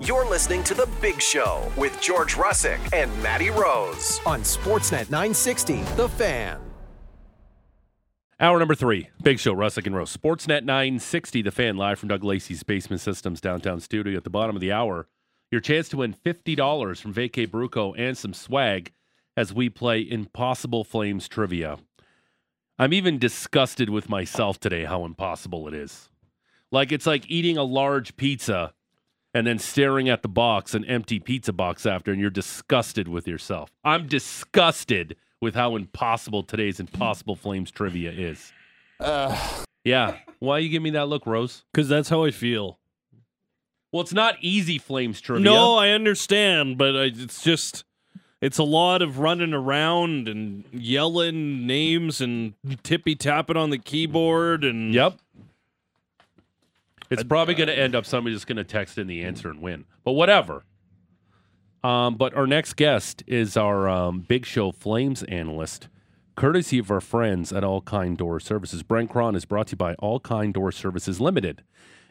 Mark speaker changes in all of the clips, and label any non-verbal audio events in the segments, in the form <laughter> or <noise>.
Speaker 1: You're listening to The Big Show with George Russick and Matty Rose on Sportsnet 960, The Fan.
Speaker 2: Hour number three, Big Show, Russick and Rose. Sportsnet 960, the fan live from Doug Lacey's Basement Systems downtown studio at the bottom of the hour. Your chance to win $50 from VK Bruco and some swag as we play Impossible Flames trivia. I'm even disgusted with myself today how impossible it is. Like, it's like eating a large pizza and then staring at the box, an empty pizza box after, and you're disgusted with yourself. I'm disgusted with how impossible today's Impossible Flames trivia is. Yeah. Why you give me that look, Rose?
Speaker 3: Because that's how I feel.
Speaker 2: Well, it's not easy Flames trivia.
Speaker 3: No, I understand, but I, it's just it's a lot of running around and yelling names and tippy tapping on the keyboard and
Speaker 2: Yep. It's probably going to end up somebody just going to text in the answer and win, but whatever. Um, but our next guest is our um, Big Show Flames analyst, courtesy of our friends at All Kind Door Services. Brent Cron is brought to you by All Kind Door Services Limited,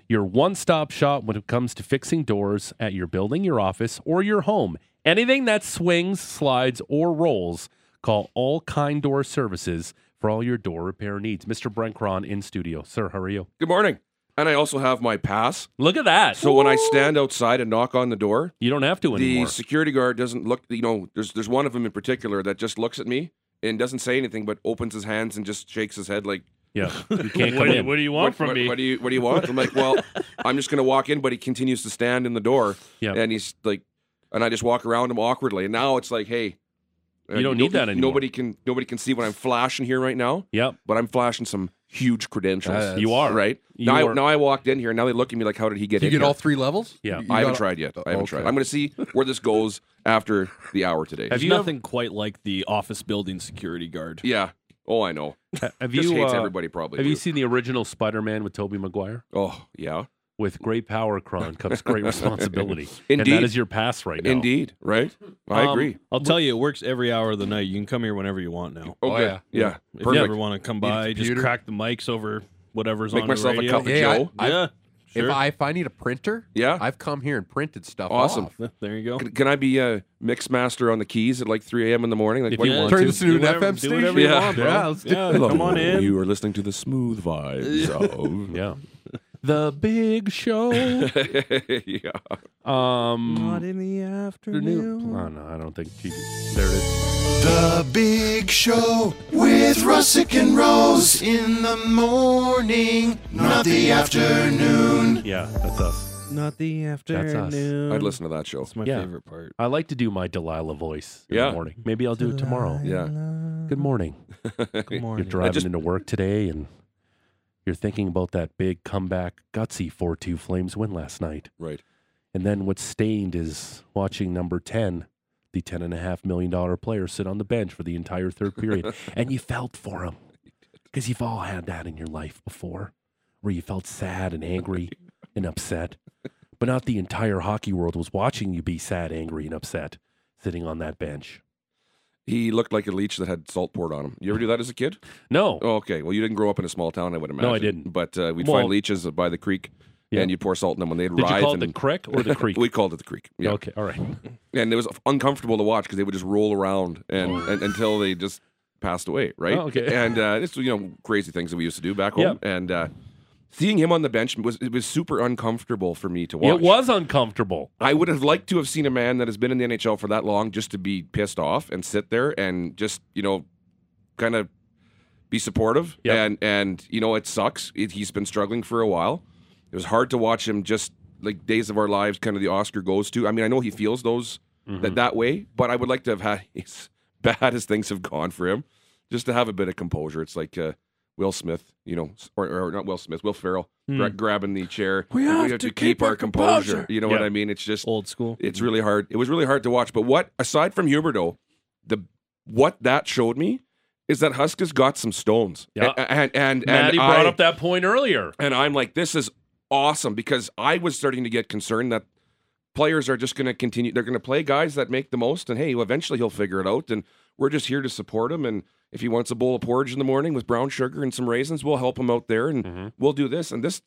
Speaker 2: your one stop shop when it comes to fixing doors at your building, your office, or your home. Anything that swings, slides, or rolls, call All Kind Door Services for all your door repair needs. Mr. Brent Cron in studio. Sir, how are you?
Speaker 4: Good morning. And I also have my pass.
Speaker 2: Look at that.
Speaker 4: So when I stand outside and knock on the door,
Speaker 2: you don't have to anymore.
Speaker 4: the security guard doesn't look, you know, there's there's one of them in particular that just looks at me and doesn't say anything but opens his hands and just shakes his head like <laughs>
Speaker 2: yeah, you can't
Speaker 3: what,
Speaker 2: come
Speaker 3: do you-
Speaker 2: in.
Speaker 3: what do you want
Speaker 4: what,
Speaker 3: from
Speaker 4: what-
Speaker 3: me?
Speaker 4: what do you what do you want? I'm
Speaker 2: <laughs>
Speaker 4: like, "Well, I'm just going to walk in," but he continues to stand in the door.
Speaker 2: Yeah.
Speaker 4: And he's like and I just walk around him awkwardly. And now it's like, "Hey, uh,
Speaker 2: You don't need that anymore.
Speaker 4: Nobody can nobody can see what I'm flashing here right now,
Speaker 2: Yep.
Speaker 4: but I'm flashing some huge credentials.
Speaker 5: Uh,
Speaker 2: You are
Speaker 4: right?
Speaker 2: You
Speaker 4: now,
Speaker 2: are-
Speaker 4: I, now I walked in here. Now they look at me like, "How did he get
Speaker 5: Do you
Speaker 4: in
Speaker 5: get
Speaker 4: here?
Speaker 5: all three levels?
Speaker 2: Yeah.
Speaker 5: You
Speaker 4: I haven't
Speaker 5: got-
Speaker 4: tried yet. I haven't
Speaker 5: Okay.
Speaker 4: tried. I'm going to see where this goes after the hour today.
Speaker 2: Have
Speaker 3: There's
Speaker 2: you
Speaker 3: nothing quite like the office building security guard.
Speaker 4: yeah. Oh, I know.
Speaker 2: ever, have
Speaker 4: Just
Speaker 2: you
Speaker 4: hates
Speaker 2: uh,
Speaker 4: everybody probably.
Speaker 2: have you
Speaker 4: too.
Speaker 2: seen the original Spider-Man with Tobey Maguire?
Speaker 4: Oh, yeah.
Speaker 2: With great power, Kron comes
Speaker 4: <laughs>
Speaker 2: great responsibility. and that
Speaker 4: Indeed.
Speaker 2: is your pass right now.
Speaker 4: Indeed. Right. I
Speaker 2: Um,
Speaker 4: agree.
Speaker 3: I'll tell you, it works every hour of the night. You can come here whenever you want now.
Speaker 4: Oh,
Speaker 5: oh,
Speaker 4: good.
Speaker 5: yeah.
Speaker 4: Yeah.
Speaker 3: If you
Speaker 4: Perfect.
Speaker 3: ever want to come
Speaker 5: Need a
Speaker 3: by, just
Speaker 5: computer?
Speaker 3: crack the mics over whatever's
Speaker 4: Make
Speaker 3: on
Speaker 4: myself a
Speaker 3: the radio.
Speaker 4: cup of
Speaker 5: Hey, I-
Speaker 4: Joe.
Speaker 5: I-
Speaker 3: yeah, sure.
Speaker 5: If I if I need a printer,
Speaker 4: Yeah.
Speaker 5: I've come here and printed stuff.
Speaker 4: Awesome.
Speaker 5: off.
Speaker 3: there you go.
Speaker 4: Can, can I be a mix master on the keys at like 3 a.m. in the morning? Like,
Speaker 3: If
Speaker 4: what do
Speaker 3: you
Speaker 4: you want
Speaker 3: want
Speaker 5: Turn
Speaker 4: to?
Speaker 5: this into
Speaker 3: do
Speaker 5: an
Speaker 3: whatever-
Speaker 5: FM
Speaker 3: do
Speaker 5: station.
Speaker 3: whatever you want,
Speaker 5: bro.
Speaker 3: bro.
Speaker 5: Yeah, let's do
Speaker 3: Yeah,
Speaker 4: <laughs>
Speaker 5: it.
Speaker 3: Hello, come on in.
Speaker 4: You are listening to the smooth vibes of.
Speaker 2: Yeah. The big show.
Speaker 4: <laughs> yeah.
Speaker 2: um
Speaker 3: in the
Speaker 2: oh,
Speaker 3: afternoon.
Speaker 2: no, I don't think she there it is.
Speaker 6: The Big Show with Russick and Rose in the morning, not the afternoon.
Speaker 2: Yeah, that's us.
Speaker 3: Not the
Speaker 2: us.
Speaker 3: afternoon.
Speaker 4: I'd listen to that show.
Speaker 3: That's my
Speaker 2: Yeah.
Speaker 3: favorite part.
Speaker 2: I like to do my Delilah voice in
Speaker 4: Yeah.
Speaker 2: the morning. Maybe I'll do it tomorrow.
Speaker 4: Yeah.
Speaker 2: Good
Speaker 4: <laughs>
Speaker 2: morning.
Speaker 3: Good
Speaker 2: You're
Speaker 3: morning.
Speaker 2: driving
Speaker 4: just-
Speaker 2: into work today and you're thinking about that big comeback gutsy 4 2 Flames win last night.
Speaker 4: Right.
Speaker 2: And then what's stained is watching number 10, the $10.5 million player, sit on the bench for the entire third
Speaker 4: <laughs>
Speaker 2: period. and you felt for him because you've all had that in your life before where you felt sad and angry and upset. But not the entire hockey world was watching you be sad, angry, and upset sitting on that bench.
Speaker 4: He looked like a leech that had salt poured on him. You ever do that as a kid?
Speaker 2: No.
Speaker 4: Oh, okay. Well, you didn't grow up in a small town, I would imagine.
Speaker 2: No, I didn't.
Speaker 4: But uh, we'd
Speaker 2: Well-
Speaker 4: find leeches by the creek,
Speaker 2: Yeah.
Speaker 4: and you'd pour salt in them when they'd
Speaker 2: Did
Speaker 4: writhe.
Speaker 2: you call it
Speaker 4: and,
Speaker 2: the crick or
Speaker 4: <laughs>
Speaker 2: the creek?
Speaker 4: We called it the creek. Yeah.
Speaker 2: Okay, all right.
Speaker 4: And it was uncomfortable to watch because they would just roll around and, and until they just passed away, right?
Speaker 2: Oh, okay.
Speaker 4: And uh, it's you know crazy things that we used to do back home. And uh, seeing him on the bench was it was super uncomfortable for me to watch.
Speaker 2: It was uncomfortable.
Speaker 4: I would have liked to have seen a man that has been in the NHL for that long just to be pissed off and sit there and just you know, kind of be supportive.
Speaker 2: Yep.
Speaker 4: And and you know it sucks. It, he's been struggling for a while. It was hard to watch him just like Days of Our Lives, kind of the Oscar goes to. I mean, I know he feels those that that way, but I would like to have had <laughs> as bad as things have gone for him, just to have a bit of composure. It's like. Uh, Will Smith, you know, or, or not Will Smith, Will Ferrell, gra- grabbing the chair. Hmm. We have, to, keep, our composure. You know what
Speaker 2: Yeah.
Speaker 4: I mean? It's just
Speaker 3: Old school.
Speaker 4: it's really hard. It was really hard to watch. But what aside from Huberto, the what that showed me is that Husk has got some stones.
Speaker 2: Yeah.
Speaker 4: A- And and and,
Speaker 2: Maddie brought
Speaker 4: I-
Speaker 2: up that point earlier.
Speaker 4: and I'm like, this is awesome because I was starting to get concerned that players are just going to continue. They're going to play guys that make the most, and hey, well, eventually he'll figure it out. And we're just here to support him. And if he wants a bowl of porridge in the morning with brown sugar and some raisins, we'll help him out there, and we'll do this. And this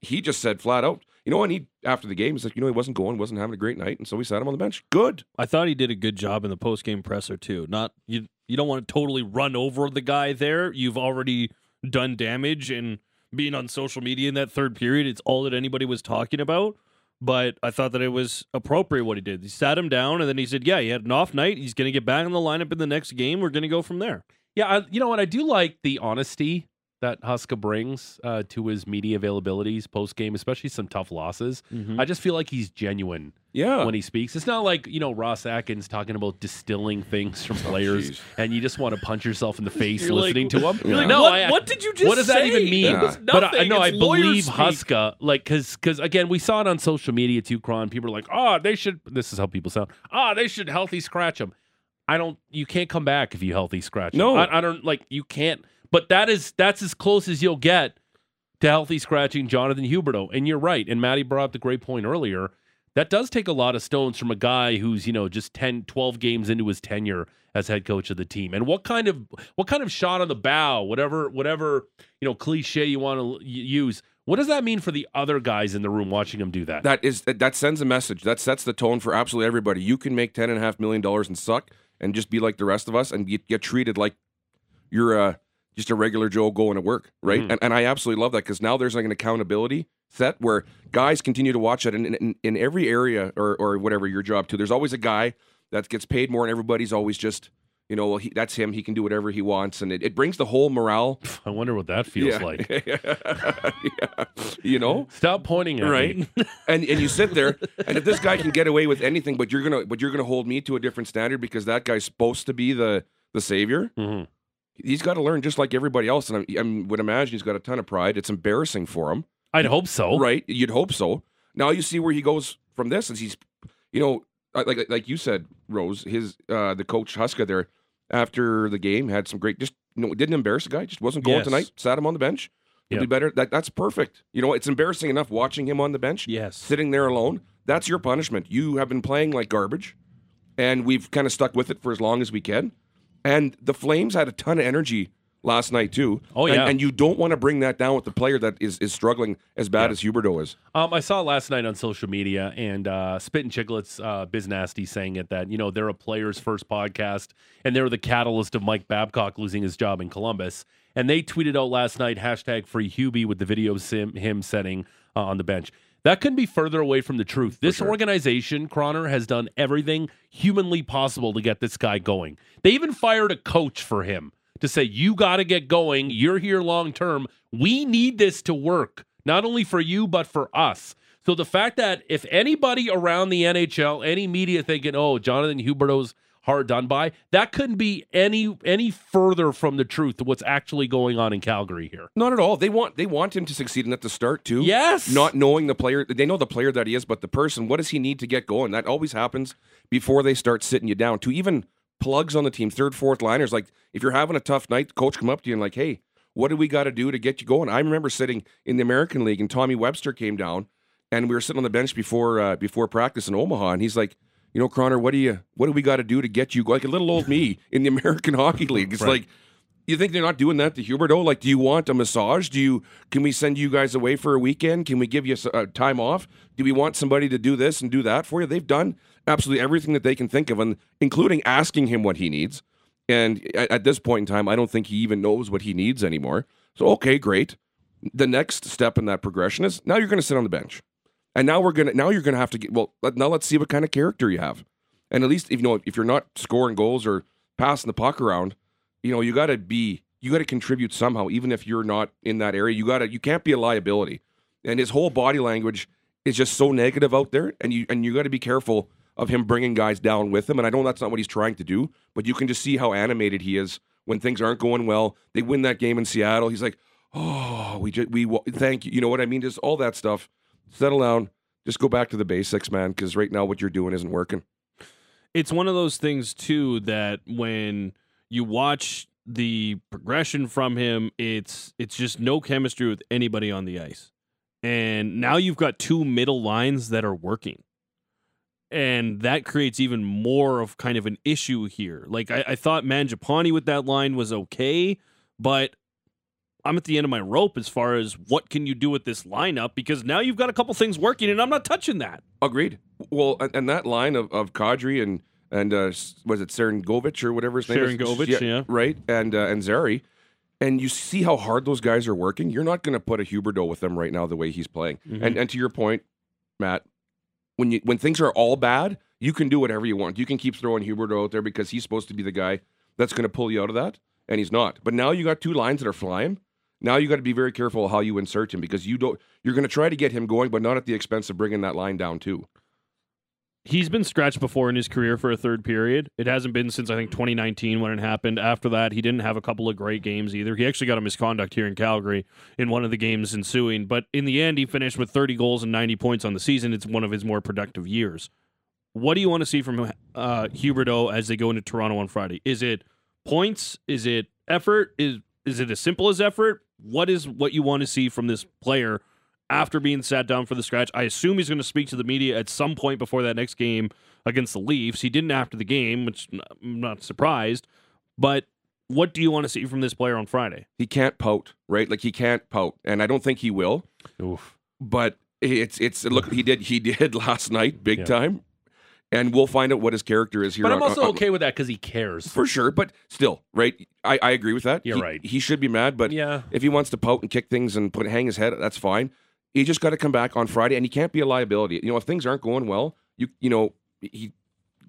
Speaker 4: he just said flat out, you know, and he after the game, he's like, you know, he wasn't going, wasn't having a great night, and so we sat him on the bench. Good.
Speaker 3: I thought he did a good job in the post game presser too. Not you. You don't want to totally run over the guy there. You've already done damage, and being on social media in that third period, it's all that anybody was talking about. But I thought that it was appropriate what he did. He sat him down, and then he said, "Yeah, he had an off night. He's going to get back in the lineup in the next game. We're going to go from there."
Speaker 2: Yeah, I, you know what? I do like the honesty that Huska brings uh, to his media availabilities post game, especially some tough losses.
Speaker 3: Mm-hmm.
Speaker 2: I just feel like he's genuine
Speaker 4: Yeah.
Speaker 2: when he speaks. It's not like you know Ross Atkins talking about distilling things from players,
Speaker 4: jeez.
Speaker 2: and you just want to punch yourself in the face
Speaker 3: Oh, <laughs> You're
Speaker 2: listening
Speaker 3: like-
Speaker 2: to him.
Speaker 4: you're like,
Speaker 2: no,
Speaker 3: what-
Speaker 2: I-
Speaker 3: what did you just
Speaker 2: What does that
Speaker 3: say?
Speaker 2: even mean?
Speaker 4: That was
Speaker 2: But I
Speaker 3: nothing.
Speaker 2: know I
Speaker 3: It's lawyer
Speaker 2: believe
Speaker 3: speak.
Speaker 2: Huska, like because because again we saw it on social media too. Kron, people are like, oh, they should. This is how people sound. Ah, they should healthy scratch him. I don't. You can't come back if you healthy scratch. him.
Speaker 4: No.
Speaker 2: I, I don't like. You can't. But that is that's as close as you'll get to healthy scratching Jonathan Huberto. And you're right. And Maddie brought up the great point earlier. That does take a lot of stones from a guy who's, you know, just 10, 12 games into his tenure as head coach of the team. And what kind of what kind of shot on the bow, whatever whatever, you know, cliche you want to use, what does that mean for the other guys in the room watching him do that?
Speaker 4: That is that, that sends a message. That sets the tone for absolutely everybody. You can make ten and a half million dollars and suck and just be like the rest of us and get, get treated like you're uh, just a regular Joe going to work, right?
Speaker 2: Mm-hmm.
Speaker 4: And, and I absolutely love that because now there's like an accountability set where guys continue to watch it. And in, in, in every area or, or whatever your job too, there's always a guy that gets paid more, and everybody's always just you know, well, he, that's him. He can do whatever he wants, and it, it brings the whole morale.
Speaker 2: I wonder what that feels
Speaker 4: <laughs> Yeah.
Speaker 2: like.
Speaker 4: yeah. You know,
Speaker 2: Stop pointing at me.
Speaker 4: right? and and you sit there, and if this guy can get away with anything, but you're gonna but you're gonna hold me to a different standard because that guy's supposed to be the the savior.
Speaker 2: Mhm.
Speaker 4: He's got to learn just like everybody else, and I, I would imagine he's got a ton of pride. It's embarrassing for him,
Speaker 2: I'd hope so.
Speaker 4: right? You'd hope so. Now you see where he goes from this, is he's, you know, I- like like you said, Rose, his uh the coach Huska there after the game had some great, just you know, didn't embarrass the guy, just wasn't going
Speaker 3: Yes.
Speaker 4: tonight, sat him on the bench. He'll
Speaker 2: Yeah.
Speaker 4: be better. That that's perfect. You know, it's embarrassing enough watching him on the bench
Speaker 3: Yes.
Speaker 4: sitting there alone. That's your punishment. You have been playing like garbage, and we've kind of stuck with it for as long as we can. And the Flames had a ton of energy last night too.
Speaker 2: Oh, yeah.
Speaker 4: and, and you don't want to bring that down with the player that is is struggling as bad as Huberto is.
Speaker 2: Um, I saw last night on social media, and uh, Spit and Chicklets, uh, Biz Nasty, saying it that you know they're a player's first podcast, and they were the catalyst of Mike Babcock losing his job in Columbus. And they tweeted out last night hashtag Free Hubie with the video sim him setting uh, on the bench. That couldn't be further away from the truth. This organization, Croner, has done everything humanly possible to get this guy going. They even fired a coach for him to say, You got to get going. You're here long term. We need this to work, not only for you, but for us. So the fact that if anybody around the NHL, any media thinking, Oh, Jonathan Huberto's hard done by, that couldn't be any any further from the truth of what's actually going on in Calgary here.
Speaker 4: Not at all. They want they want him to succeed and at the start too.
Speaker 2: Yes.
Speaker 4: Not knowing the player, they know the player that he is, but the person. What does he need to get going? That always happens before they start sitting you down. To even plugs on the team, third, fourth liners. Like if you're having a tough night, the coach come up to you and like, hey, what do we got to do to get you going? I remember sitting in the American League and Tommy Webster came down, and we were sitting on the bench before uh, before practice in Omaha, and he's like. You know, Croner, what do you what do we got to do to get you go-" like a little old me in the American Hockey League? It's like you think they're not doing that to Huberto? Like, do you want a massage? Do you can we send you guys away for a weekend? Can we give you s- uh, time off? Do we want somebody to do this and do that for you? They've done absolutely everything that they can think of, and including asking him what he needs. And at, at this point in time, I don't think he even knows what he needs anymore. So, okay, great. The next step in that progression is now you're going to sit on the bench, and now we're gonna now you're going to have to get well. Let, now let's see what kind of character you have, and at least if you know if you're not scoring goals or passing the puck around you know you got to be you got to contribute somehow even if you're not in that area you got to you can't be a liability and his whole body language is just so negative out there and you and you got to be careful of him bringing guys down with him and i know that's not what he's trying to do but you can just see how animated he is when things aren't going well they win that game in seattle he's like oh we just we wa- thank you you know what i mean just all that stuff settle down just go back to the basics man because right now what you're doing isn't working
Speaker 3: it's one of those things too that when you watch the progression from him, it's it's just no chemistry with anybody on the ice. And now you've got two middle lines that are working. And that creates even more of kind of an issue here. Like I, I thought Manjapani with that line was okay, but I'm at the end of my rope as far as what can you do with this lineup because now you've got a couple things working and I'm not touching that.
Speaker 4: Agreed. Well, and, and that line of, of Kadri and and uh, s- was it Serengovic or whatever his name is?
Speaker 3: Serengovic, yeah.
Speaker 4: Right, and uh, and Zeri. And you see how hard those guys are working. You're not going to put a Huberto with them right now the way he's playing. And and to your point, Matt, when you when things are all bad, you can do whatever you want. You can keep throwing Huberto out there because he's supposed to be the guy that's going to pull you out of that, and he's not. But now you got two lines that are flying. Now you got to be very careful how you insert him because you don't. You're going to try to get him going, but not at the expense of bringing that line down too.
Speaker 3: He's been scratched before in his career for a third period. It hasn't been since I think 2019 when it happened. After that, he didn't have a couple of great games either. He actually got a misconduct here in Calgary in one of the games ensuing, but in the end, he finished with 30 goals and 90 points on the season. It's one of his more productive years. What do you want to see from uh, Huberto as they go into Toronto on Friday? Is it points? Is it effort? Is is it as simple as effort? What is what you want to see from this player after being sat down for the scratch? I assume he's going to speak to the media at some point before that next game against the Leafs. He didn't after the game, which I'm not surprised. But what do you want to see from this player on Friday?
Speaker 4: he can't pout, right? Like he can't pout, and I don't think he will.
Speaker 2: Oof.
Speaker 4: But it's it's look, he did he <laughs> did last night, big
Speaker 2: Yeah.
Speaker 4: time, and we'll find out what his character is here.
Speaker 2: But
Speaker 4: on-
Speaker 2: I'm also
Speaker 4: on- on-
Speaker 2: okay with that because he cares.
Speaker 4: uh, for sure. But still, right? I, I agree with that.
Speaker 2: You're
Speaker 4: He-
Speaker 2: right.
Speaker 4: He should be mad, but
Speaker 2: Yeah.
Speaker 4: if he wants to pout and kick things and put hang his head, that's fine. He just got to come back on Friday, and he can't be a liability. You know, if things aren't going well, you you know he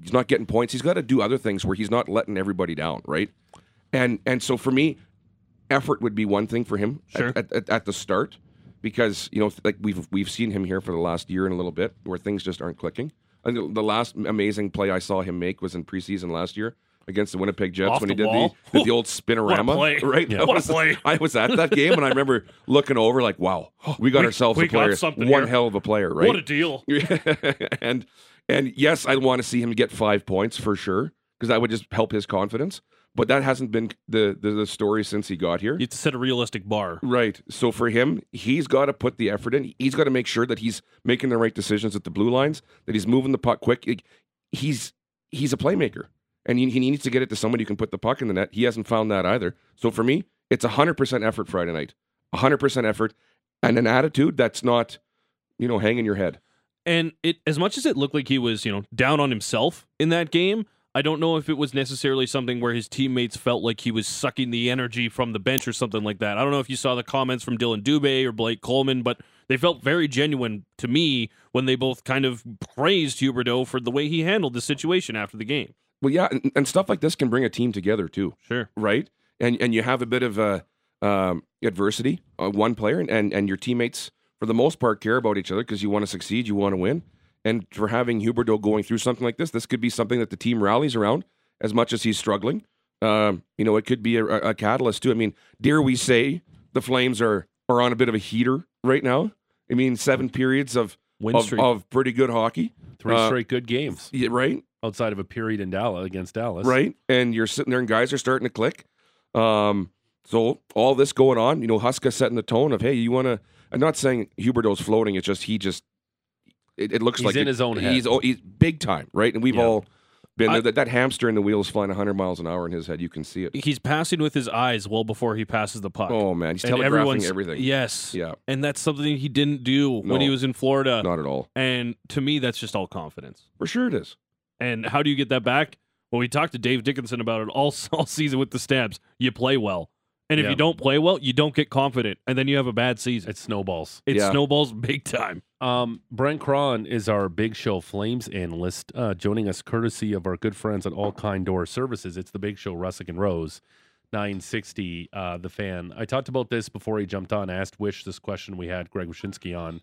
Speaker 4: he's not getting points. He's got to do other things where he's not letting everybody down, right? And and so for me, effort would be one thing for him at-
Speaker 3: Sure.
Speaker 4: at, at, at the start because you know like we've we've seen him here for the last year and a little bit where things just aren't clicking. And the- the last amazing play I saw him make was in preseason last year against the Winnipeg Jets
Speaker 3: Off
Speaker 4: when
Speaker 3: the
Speaker 4: he did
Speaker 3: wall.
Speaker 4: the
Speaker 3: <laughs>
Speaker 4: did the old spinorama,
Speaker 3: play.
Speaker 4: right?
Speaker 3: Yeah.
Speaker 4: That
Speaker 3: What a
Speaker 4: was-
Speaker 3: play.
Speaker 4: <laughs> I was at that game and I remember looking over like, wow, we got
Speaker 3: We-
Speaker 4: ourselves
Speaker 3: we
Speaker 4: a
Speaker 3: got
Speaker 4: player,
Speaker 3: something
Speaker 4: one
Speaker 3: here.
Speaker 4: hell of a player, right?
Speaker 3: What a deal!
Speaker 4: <laughs> and and yes, I want to see him get five points for sure because that would just help his confidence. But that hasn't been the the, the story since he got here.
Speaker 3: You have to set a realistic bar.
Speaker 4: Right. So for him, he's got to put the effort in. He's got to make sure that he's making the right decisions at the blue lines, that he's moving the puck quick. Like, He's he's a playmaker, and he, he needs to get it to somebody who can put the puck in the net. He hasn't found that either. So for me, it's hundred percent effort Friday night, hundred percent effort, and an attitude that's not, you know, hanging your head.
Speaker 3: And it as much as it looked like he was, you know, down on himself in that game, I don't know if it was necessarily something where his teammates felt like he was sucking the energy from the bench or something like that. I don't know if you saw the comments from Dylan Dubé or Blake Coleman, but they felt very genuine to me when they both kind of praised Huberto for the way he handled the situation after the game.
Speaker 4: Well, yeah, and, and stuff like this can bring a team together too.
Speaker 3: Sure.
Speaker 4: right? And and you have a bit of uh, um, adversity on one player, and, and and your teammates for the most part care about each other because you want to succeed, you want to win, and for having Huberto going through something like this, this could be something that the team rallies around as much as he's struggling. Um, you know, it could be a, a catalyst too. I mean, dare we say the Flames are are on a bit of a heater right now? I mean, seven periods of
Speaker 3: Win
Speaker 4: of,
Speaker 3: streak.
Speaker 4: of pretty good hockey,
Speaker 2: Three
Speaker 4: Uh,
Speaker 2: straight good games
Speaker 4: yeah, right?
Speaker 2: outside of a period in Dallas against Dallas.
Speaker 4: right? And you're sitting there, and guys are starting to click. Um, so all this going on, you know, Huska setting the tone of, hey, you want to. I'm not saying Huberto's floating. It's just he just. It, it looks
Speaker 2: He's
Speaker 4: like
Speaker 2: in
Speaker 4: it-
Speaker 2: his own head.
Speaker 4: He's oh, he's big time, right? And we've
Speaker 2: Yeah.
Speaker 4: all been
Speaker 3: I-
Speaker 4: there. That, that hamster in the wheel is flying 100 miles an hour in his head. You can see it.
Speaker 3: He's passing with his eyes well before he passes the puck.
Speaker 4: Oh man, he's
Speaker 3: And
Speaker 4: telegraphing
Speaker 3: everyone's-
Speaker 4: everything.
Speaker 3: Yes.
Speaker 4: Yeah.
Speaker 3: And that's something he didn't do when
Speaker 4: No.
Speaker 3: he was in Florida.
Speaker 4: not at all.
Speaker 3: And to me, that's just all confidence.
Speaker 4: For sure it is.
Speaker 3: And how do you get that back? Well, we talked to Dave Dickinson about it all, <laughs> all season with the Stabs. You play well. And if
Speaker 2: Yeah.
Speaker 3: you don't play well, you don't get confident. And then you have a bad season.
Speaker 2: It snowballs.
Speaker 3: It
Speaker 4: Yeah.
Speaker 3: snowballs big time.
Speaker 2: Um, Brent Cron is our Big Show Flames analyst, uh, joining us courtesy of our good friends at All Kind Door Services. It's the Big Show Russick and Rose, 960, uh, the fan. I talked about this before he jumped on, I asked Wish this question we had Greg Wyszynski on.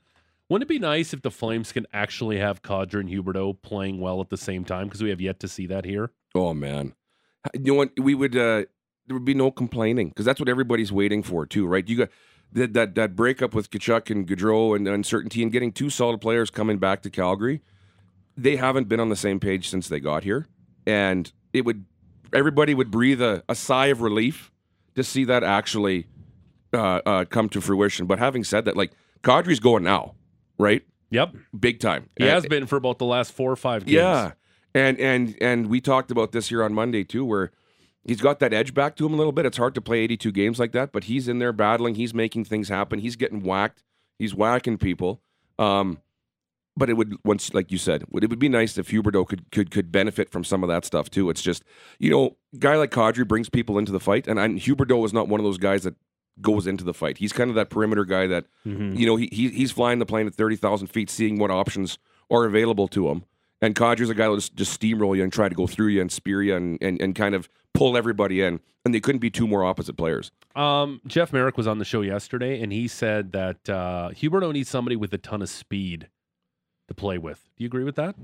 Speaker 2: Wouldn't it be nice if the Flames can actually have Kadri and Huberto playing well at the same time? Because we have yet to see that here.
Speaker 4: Oh man, you know what? We would uh, there would be no complaining because that's what everybody's waiting for too, right? You got that that, that breakup with Kachuk and Gaudreau and the uncertainty and getting two solid players coming back to Calgary. They haven't been on the same page since they got here, and it would everybody would breathe a, a sigh of relief to see that actually uh, uh, come to fruition. But having said that, like Kadri's going now, right?
Speaker 2: Yep.
Speaker 4: Big time.
Speaker 2: He
Speaker 4: And-
Speaker 2: has been for about the last four or five games.
Speaker 4: yeah, and and and we talked about this here on Monday too, where He's got that edge back to him a little bit. It's hard to play 82 games like that, but he's in there battling. He's making things happen. He's getting whacked. He's whacking people. Um, but it would once, like you said, would it would be nice if Huberto could could could benefit from some of that stuff too. It's just you know, guy like Kadri brings people into the fight, and, and Huberto is not one of those guys that goes into the fight. He's kind of that perimeter guy that you know he, he he's flying the plane at thirty thousand feet, seeing what options are available to him. And Codger's a guy that'll just, just steamroll you and try to go through you and spear you and, and, and kind of pull everybody in. And they couldn't be two more opposite players.
Speaker 2: Um, Jeff Merrick was on the show yesterday, and he said that uh, Huberto needs somebody with a ton of speed to play with. Do you agree with that?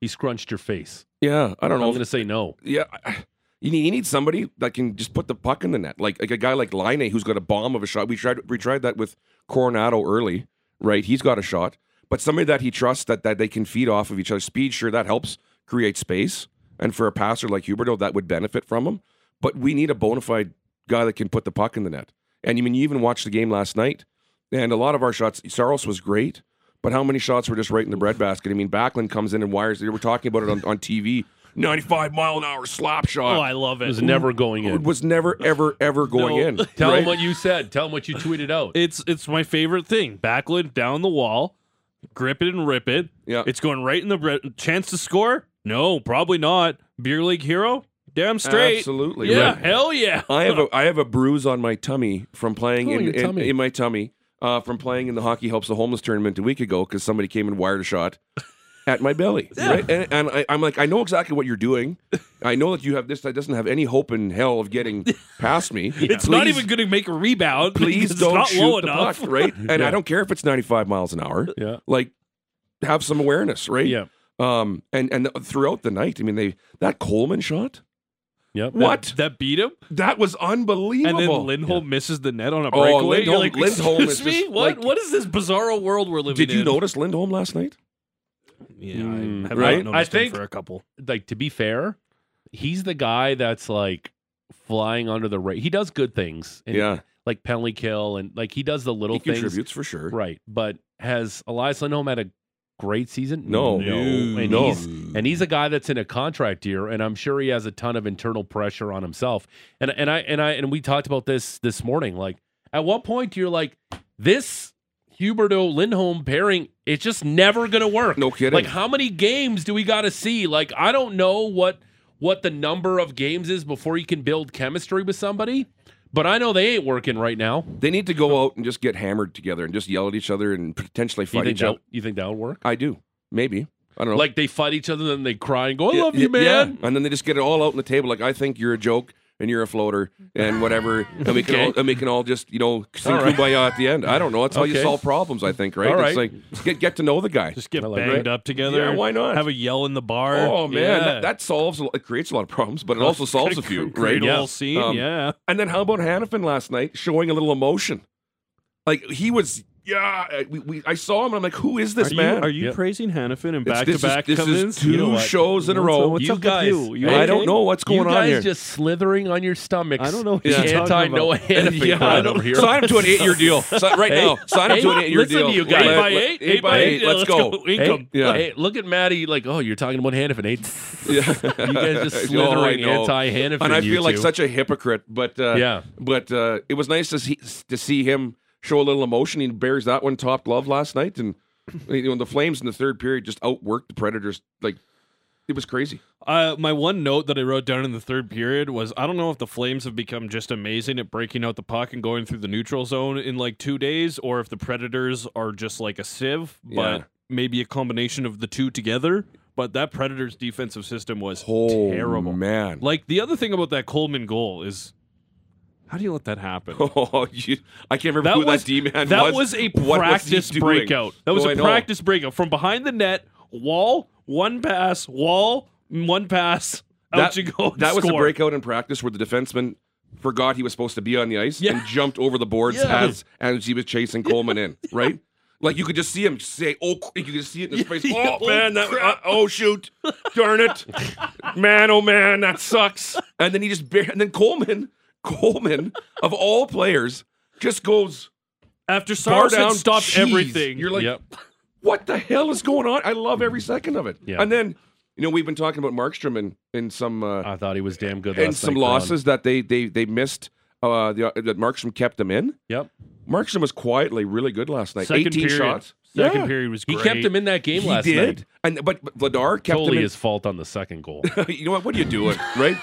Speaker 2: He scrunched your face.
Speaker 4: Yeah, I
Speaker 2: I'm
Speaker 4: don't know.
Speaker 2: going to say no.
Speaker 4: Yeah, I- you need, you need somebody that can just put the puck in the net, like like a guy like Line who's got a bomb of a shot. We tried we tried that with Coronado early, right? He's got a shot, but somebody that he trusts that that they can feed off of each other. Speed, sure, that helps create space, and for a passer like Huberto, that would benefit from him. But we need a bona fide guy that can put the puck in the net. And you mean you even watched the game last night, and a lot of our shots. Saros was great, but how many shots were just right in the breadbasket? I mean, Backlund comes in and wires. They were talking about it on, on TV. 95 mile an hour slap shot
Speaker 3: Oh, I love
Speaker 2: It
Speaker 3: it.
Speaker 2: was never going
Speaker 4: it
Speaker 2: in.
Speaker 4: was never ever ever going
Speaker 3: No. <laughs>
Speaker 4: in.
Speaker 2: Tell
Speaker 4: right?
Speaker 2: him what you said. Tell him what you tweeted out.
Speaker 3: It's it's my favorite thing. Backlund down the wall, grip it and rip it.
Speaker 4: Yeah.
Speaker 3: it's going right in the bre- chance to score. No, probably not. Beer league hero, damn straight.
Speaker 4: Absolutely.
Speaker 3: Yeah,
Speaker 4: right.
Speaker 3: hell yeah.
Speaker 4: I have a I have a bruise on my tummy from playing
Speaker 2: Oh,
Speaker 4: in,
Speaker 2: your
Speaker 4: in-
Speaker 2: tummy.
Speaker 4: in my tummy uh, from playing in the hockey helps the homeless tournament a week ago because somebody came and wired a shot at
Speaker 3: <laughs>
Speaker 4: my belly. Right, and, and I, I'm like, I know exactly what you're doing. I know that you have this that doesn't have any hope in hell of
Speaker 3: <laughs>
Speaker 4: getting past me.
Speaker 3: It's not
Speaker 4: Please-
Speaker 3: even going to make a rebound.
Speaker 4: Please
Speaker 3: because it's
Speaker 4: don't
Speaker 3: not
Speaker 4: shoot
Speaker 3: low
Speaker 4: the
Speaker 3: enough.
Speaker 2: <laughs>
Speaker 4: puck, right? And I don't care if it's 95 miles an hour.
Speaker 2: Yeah.
Speaker 4: like have some awareness, right?
Speaker 2: Yeah.
Speaker 4: Um, and and throughout the night, I mean, they that Coleman shot
Speaker 2: Yep.
Speaker 4: What?
Speaker 3: That, that beat him,
Speaker 4: that was
Speaker 3: and
Speaker 4: unbelievable.
Speaker 3: then Lindholm misses the net on a
Speaker 4: Oh,
Speaker 3: breakaway. You're
Speaker 4: Lindholm-
Speaker 3: like,
Speaker 4: Lindholm is
Speaker 3: "Excuse me,
Speaker 4: just
Speaker 3: what?
Speaker 4: like-
Speaker 3: what is this bizarro world we're living in?
Speaker 4: Did you notice Hmm. Lindholm last night?
Speaker 3: Yeah,
Speaker 2: Mm,
Speaker 3: I have
Speaker 2: right?
Speaker 3: not
Speaker 2: I
Speaker 3: noticed him
Speaker 2: think-
Speaker 3: for a couple.
Speaker 2: Like to be fair, he's the guy that's like flying under the radar. He does good things. and-
Speaker 4: yeah,
Speaker 2: like penalty kill and like he does the little
Speaker 4: he
Speaker 2: things.
Speaker 4: contributes for sure.
Speaker 2: Right. But has Elias Lindholm had a great season?
Speaker 4: No.
Speaker 2: No. And,
Speaker 4: No.
Speaker 2: He's, and he's a guy that's in a contract year, and I'm sure he has a ton of internal pressure on himself. And and I and I and we talked about this this morning. Like, at what point you're like, this Huberto Lindholm pairing, it's just never gonna work.
Speaker 4: No kidding.
Speaker 2: Like, how many games do we gotta see? Like, I don't know what what the number of games is before you can build chemistry with somebody, but I know they ain't working right now.
Speaker 4: They need to go out and just get hammered together and just yell at each other and potentially
Speaker 2: You
Speaker 4: fight
Speaker 2: think,
Speaker 4: each
Speaker 2: that,
Speaker 4: other.
Speaker 2: you think that'll work?
Speaker 4: I do. Maybe. I don't know.
Speaker 2: Like they fight each other, then they cry and go, "I
Speaker 4: Yeah,
Speaker 2: love you,
Speaker 4: yeah, yeah.
Speaker 2: man."
Speaker 4: And then they just get it all out on the table. Like I think you're a joke and you're a floater and whatever. And we can all, and we can all just you know sing kumbaya at the end. I don't know. That's how you
Speaker 2: Okay.
Speaker 4: solve problems. I think right.
Speaker 2: All
Speaker 4: It's
Speaker 2: right.
Speaker 4: like get get to know the guy.
Speaker 3: Just get
Speaker 2: I like
Speaker 3: banged
Speaker 4: that.
Speaker 3: up together.
Speaker 4: Yeah, why not?
Speaker 3: Have a yell in the bar.
Speaker 4: Oh man,
Speaker 3: Yeah.
Speaker 4: that, that solves a lo- it creates a lot of problems, but it also solves a few, right?
Speaker 3: Great little scene.
Speaker 4: Um,
Speaker 3: yeah.
Speaker 4: And then how about Hannafin last night showing a little emotion? Like he was, yeah. We, we I saw him. and I'm like, who is this
Speaker 3: Are
Speaker 4: man?
Speaker 3: you, are you
Speaker 2: Yep.
Speaker 3: praising Hannafin and
Speaker 4: It's-
Speaker 3: back
Speaker 4: this
Speaker 3: to
Speaker 4: is-
Speaker 3: back
Speaker 4: this is
Speaker 3: comes
Speaker 4: two shows in a row.
Speaker 3: What's
Speaker 2: You
Speaker 3: up
Speaker 2: guys-
Speaker 3: with you? You
Speaker 4: I
Speaker 3: okay?
Speaker 4: don't know what's going
Speaker 2: you
Speaker 4: on
Speaker 2: guys
Speaker 4: here.
Speaker 2: just slithering on your stomachs.
Speaker 3: I don't know what
Speaker 2: The
Speaker 3: you're talking
Speaker 2: anti Noah <laughs>
Speaker 3: about.
Speaker 2: Hannafin
Speaker 4: Yeah, I
Speaker 2: crowd
Speaker 4: don't-
Speaker 2: over here.
Speaker 4: Sign him to an eight-year deal Si- right now. <laughs> Sign him to an
Speaker 2: hey,
Speaker 4: eight-year
Speaker 2: listen
Speaker 4: deal.
Speaker 2: to you
Speaker 3: Eight
Speaker 2: guys.
Speaker 4: Let-
Speaker 3: by
Speaker 4: let-
Speaker 3: eight, eight by eight.
Speaker 4: eight. Let's go. <laughs>
Speaker 2: Hey,
Speaker 3: Income.
Speaker 4: Yeah.
Speaker 2: hey, look at Maddie. Like, oh, you're talking about Hannafin. Hey,
Speaker 4: Yeah.
Speaker 2: you guys just
Speaker 4: Oh, <laughs> I
Speaker 2: slithering
Speaker 4: know.
Speaker 2: anti Hannafin.
Speaker 4: And I
Speaker 2: you
Speaker 4: feel like
Speaker 2: two.
Speaker 4: such a hypocrite, but uh,
Speaker 2: Yeah.
Speaker 4: But uh, it was nice to see to see him show a little emotion. He bears that one top glove last night, and you know the Flames in the third period just outworked the Predators. Like it was crazy.
Speaker 3: Uh, my one note that I wrote down in the third period was I don't know if the Flames have become just amazing at breaking out the puck and going through the neutral zone in like two days, or if the Predators are just like a sieve, but
Speaker 4: Yeah.
Speaker 3: maybe a combination of the two together. But that Predators defensive system was terrible.
Speaker 4: man.
Speaker 3: Like the other thing about that Coleman goal is how do you let that happen?
Speaker 4: <laughs> Oh, you, I can't remember
Speaker 3: That
Speaker 4: who
Speaker 3: was
Speaker 4: that D man
Speaker 3: that
Speaker 4: was.
Speaker 3: was a
Speaker 4: What was he
Speaker 3: practice
Speaker 4: doing?
Speaker 3: breakout. That was
Speaker 4: Oh,
Speaker 3: a
Speaker 4: I know.
Speaker 3: practice breakout from behind the net, wall, one pass, wall, one pass.
Speaker 4: That,
Speaker 3: out you go. and
Speaker 4: that was a
Speaker 3: score.
Speaker 4: breakout in practice where the defenseman forgot he was supposed to be on the ice
Speaker 3: Yeah.
Speaker 4: and jumped over the boards
Speaker 3: Yeah.
Speaker 4: as as he was chasing Coleman in, right? Like you could just see him say, "Oh, cr-" you could just see it in his <laughs> face.
Speaker 3: Yeah,
Speaker 4: Oh
Speaker 3: oh,
Speaker 4: man, that uh,
Speaker 3: crap."
Speaker 4: oh shoot, darn it, man, oh man, that sucks." And then he just bar- and then Coleman, Coleman of all players, just goes
Speaker 3: After
Speaker 4: bar
Speaker 3: Sars
Speaker 4: down,
Speaker 3: had stopped
Speaker 4: cheese.
Speaker 3: everything.
Speaker 4: You're like,
Speaker 2: Yep.
Speaker 4: what the hell is going on? I love every second of it.
Speaker 2: Yeah.
Speaker 4: And then You know, we've been talking about Markstrom and and some uh,
Speaker 2: I thought he was damn good.
Speaker 4: and
Speaker 2: last
Speaker 4: some
Speaker 2: night for
Speaker 4: losses that they they they missed. Uh, the, that Markstrom kept them in.
Speaker 2: Yep.
Speaker 4: Markstrom was quietly really good last night.
Speaker 3: Second
Speaker 4: 18
Speaker 3: period.
Speaker 4: shots.
Speaker 3: Second
Speaker 4: Yeah.
Speaker 3: period was
Speaker 2: He
Speaker 3: great.
Speaker 2: kept him in that game
Speaker 4: He
Speaker 2: last
Speaker 4: did.
Speaker 2: night.
Speaker 4: And but but Vladar kept
Speaker 2: Totally
Speaker 4: him.
Speaker 2: his fault on the second goal.
Speaker 4: In, <laughs> you know what? What are
Speaker 2: <laughs>
Speaker 4: you doing, right?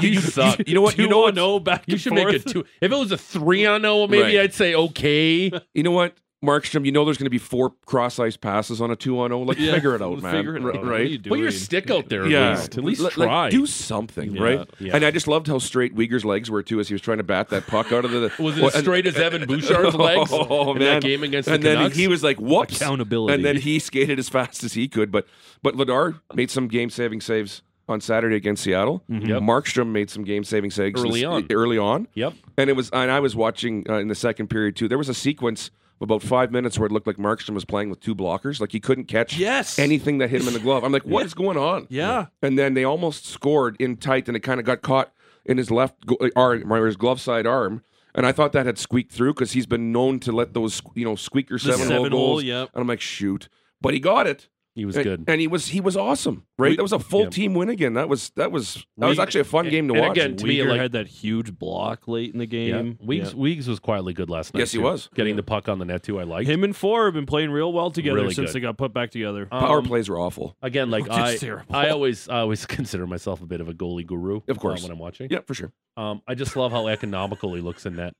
Speaker 2: He
Speaker 4: you,
Speaker 2: sucked.
Speaker 4: You, you know what? You know what?
Speaker 3: no oh back.
Speaker 2: You
Speaker 3: and
Speaker 2: should
Speaker 3: forth.
Speaker 2: make it two. If it was a three on zero, maybe
Speaker 4: Right.
Speaker 2: I'd say okay.
Speaker 4: You know what? Markstrom, you know there's going to be four cross ice passes on a two on zero. Like
Speaker 3: Yeah.
Speaker 4: figure it out, man.
Speaker 3: Figure it
Speaker 4: R-
Speaker 3: out. What are
Speaker 4: Right?
Speaker 3: you
Speaker 2: Put your
Speaker 3: doing?
Speaker 2: stick out there at least. At least
Speaker 4: Like-
Speaker 2: try.
Speaker 4: like, do something,
Speaker 3: Yeah.
Speaker 4: right?
Speaker 2: Yeah.
Speaker 4: And I just loved how straight Uyghur's legs were too as he was trying to bat that puck out of the.
Speaker 2: <laughs> was it
Speaker 4: Well,
Speaker 2: as
Speaker 4: and-
Speaker 2: straight as
Speaker 4: <laughs>
Speaker 2: Evan Bouchard's legs
Speaker 4: Oh,
Speaker 2: in
Speaker 4: man.
Speaker 2: that game against
Speaker 4: and
Speaker 2: the
Speaker 4: then
Speaker 2: Canucks?
Speaker 4: he was like, "Whoops!"
Speaker 3: Accountability.
Speaker 4: And then he skated as fast as he could. But but Ladar made some game-saving saves on Saturday against Seattle.
Speaker 2: Mm-hmm. Yep.
Speaker 4: Markstrom made some game-saving saves
Speaker 2: Early on.
Speaker 4: Early on.
Speaker 2: Yep.
Speaker 4: And it was, and I was watching uh, in the second period too. There was a sequence of about five minutes where it looked like Markstrom was playing with two blockers, like he couldn't catch
Speaker 3: Yes.
Speaker 4: anything that hit him in the
Speaker 2: <laughs>
Speaker 4: glove. I'm like, what is going on?
Speaker 3: Yeah.
Speaker 4: And then they almost scored in tight, and it kind of got caught in his left go- uh, arm, or his glove side arm. And I thought that had squeaked through because he's been known to let those you know squeaker seven, hole
Speaker 3: seven hole,
Speaker 4: goals.
Speaker 3: yep.
Speaker 4: And I'm like, shoot, but he got it.
Speaker 2: he was
Speaker 4: And-
Speaker 2: good.
Speaker 4: and he was he was awesome, right? that was a full team win again. That was that was that was
Speaker 2: We-
Speaker 4: actually a fun game to
Speaker 2: and
Speaker 4: watch.
Speaker 2: again, to me,
Speaker 3: Uyghur
Speaker 2: like-
Speaker 3: had that huge block late in the
Speaker 2: yeah.
Speaker 3: game.
Speaker 2: Weeks Weeks was quietly good last night.
Speaker 4: Yes, he
Speaker 2: too.
Speaker 4: was.
Speaker 2: Getting the puck on the net too. I liked
Speaker 3: Him and four have been playing real well together
Speaker 2: Really
Speaker 3: since
Speaker 2: good.
Speaker 3: they got put back together.
Speaker 2: Um,
Speaker 4: Power Oh, plays were awful.
Speaker 2: again. Like
Speaker 3: Which is
Speaker 2: I,
Speaker 3: terrible.
Speaker 2: I always I always <laughs> consider myself a bit of a goalie guru. uh,
Speaker 4: course.
Speaker 2: when I'm watching.
Speaker 4: Yeah, for sure.
Speaker 2: Um, I just love how economical he looks in net.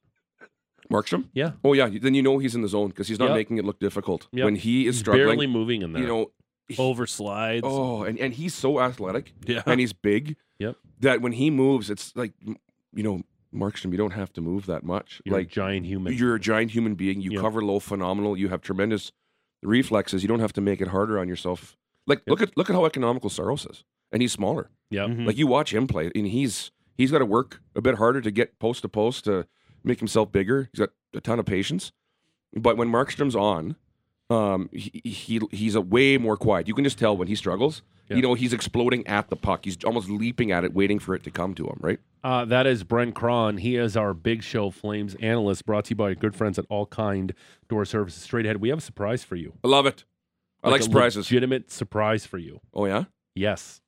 Speaker 4: Markstrom.
Speaker 2: Yeah.
Speaker 4: Oh yeah. Then you know he's in the zone because he's not
Speaker 2: Yep.
Speaker 4: making it look difficult
Speaker 2: Yep.
Speaker 4: when he is
Speaker 2: Barely
Speaker 4: struggling.
Speaker 2: moving in there.
Speaker 4: You know.
Speaker 3: Over slides.
Speaker 4: Oh, and, and he's so
Speaker 2: <laughs>
Speaker 4: athletic.
Speaker 3: yeah.
Speaker 4: and he's big.
Speaker 2: Yep.
Speaker 4: That when he moves, it's like you know, Markstrom, you don't have to move that much.
Speaker 2: You're a
Speaker 4: like
Speaker 2: giant human.
Speaker 4: you're a giant human being. You
Speaker 2: Yep.
Speaker 4: cover low, phenomenal. You have tremendous reflexes. You don't have to make it harder on yourself. Like look at look at how economical Saros is, and he's smaller.
Speaker 2: yeah.
Speaker 3: Mhm.
Speaker 4: Like you watch him play, and he's he's got to work a bit harder to get post to post to make himself bigger. He's got a ton of patience, but when Markstrom's on, um, he, he he's a way more quiet. You can just tell when he struggles.
Speaker 2: Yeah.
Speaker 4: You know, he's exploding at the puck. He's almost leaping at it, waiting for it to come to him. Right?
Speaker 2: Uh, that is Brent Cron. He is our Big Show Flames analyst, brought to you by our good friends at All Kind Door Services. Straight ahead, we have a surprise for you.
Speaker 4: I love it. I like,
Speaker 2: a
Speaker 4: surprises.
Speaker 2: Legitimate surprise for you.
Speaker 4: oh yeah,
Speaker 2: Yes.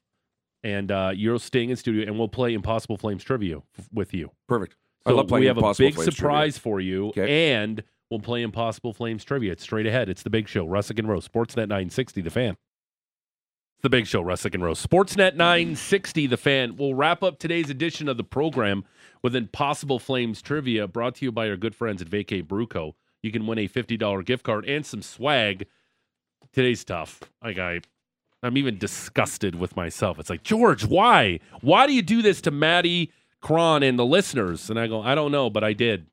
Speaker 2: And uh, you're staying in studio, and we'll play Impossible Flames trivia f- with you.
Speaker 4: perfect.
Speaker 2: So
Speaker 4: I love playing
Speaker 2: we have
Speaker 4: Impossible
Speaker 2: a big
Speaker 4: Flames trivia.
Speaker 2: surprise for you,
Speaker 4: Okay.
Speaker 2: and we'll play Impossible Flames trivia. It's straight ahead. It's the Big Show, Russick and Rose, Sportsnet 960, The Fan. It's the Big Show, Russick and Rose, Sportsnet 960, The Fan. We'll wrap up today's edition of the program with Impossible Flames trivia, brought to you by our good friends at Vacay Bruco. You can win a fifty dollar gift card and some swag. Today's tough. Like I, I'm even disgusted with myself. It's like George, why? Why do you do this to Maddie Cron and the listeners? And I go, I don't know, but I did.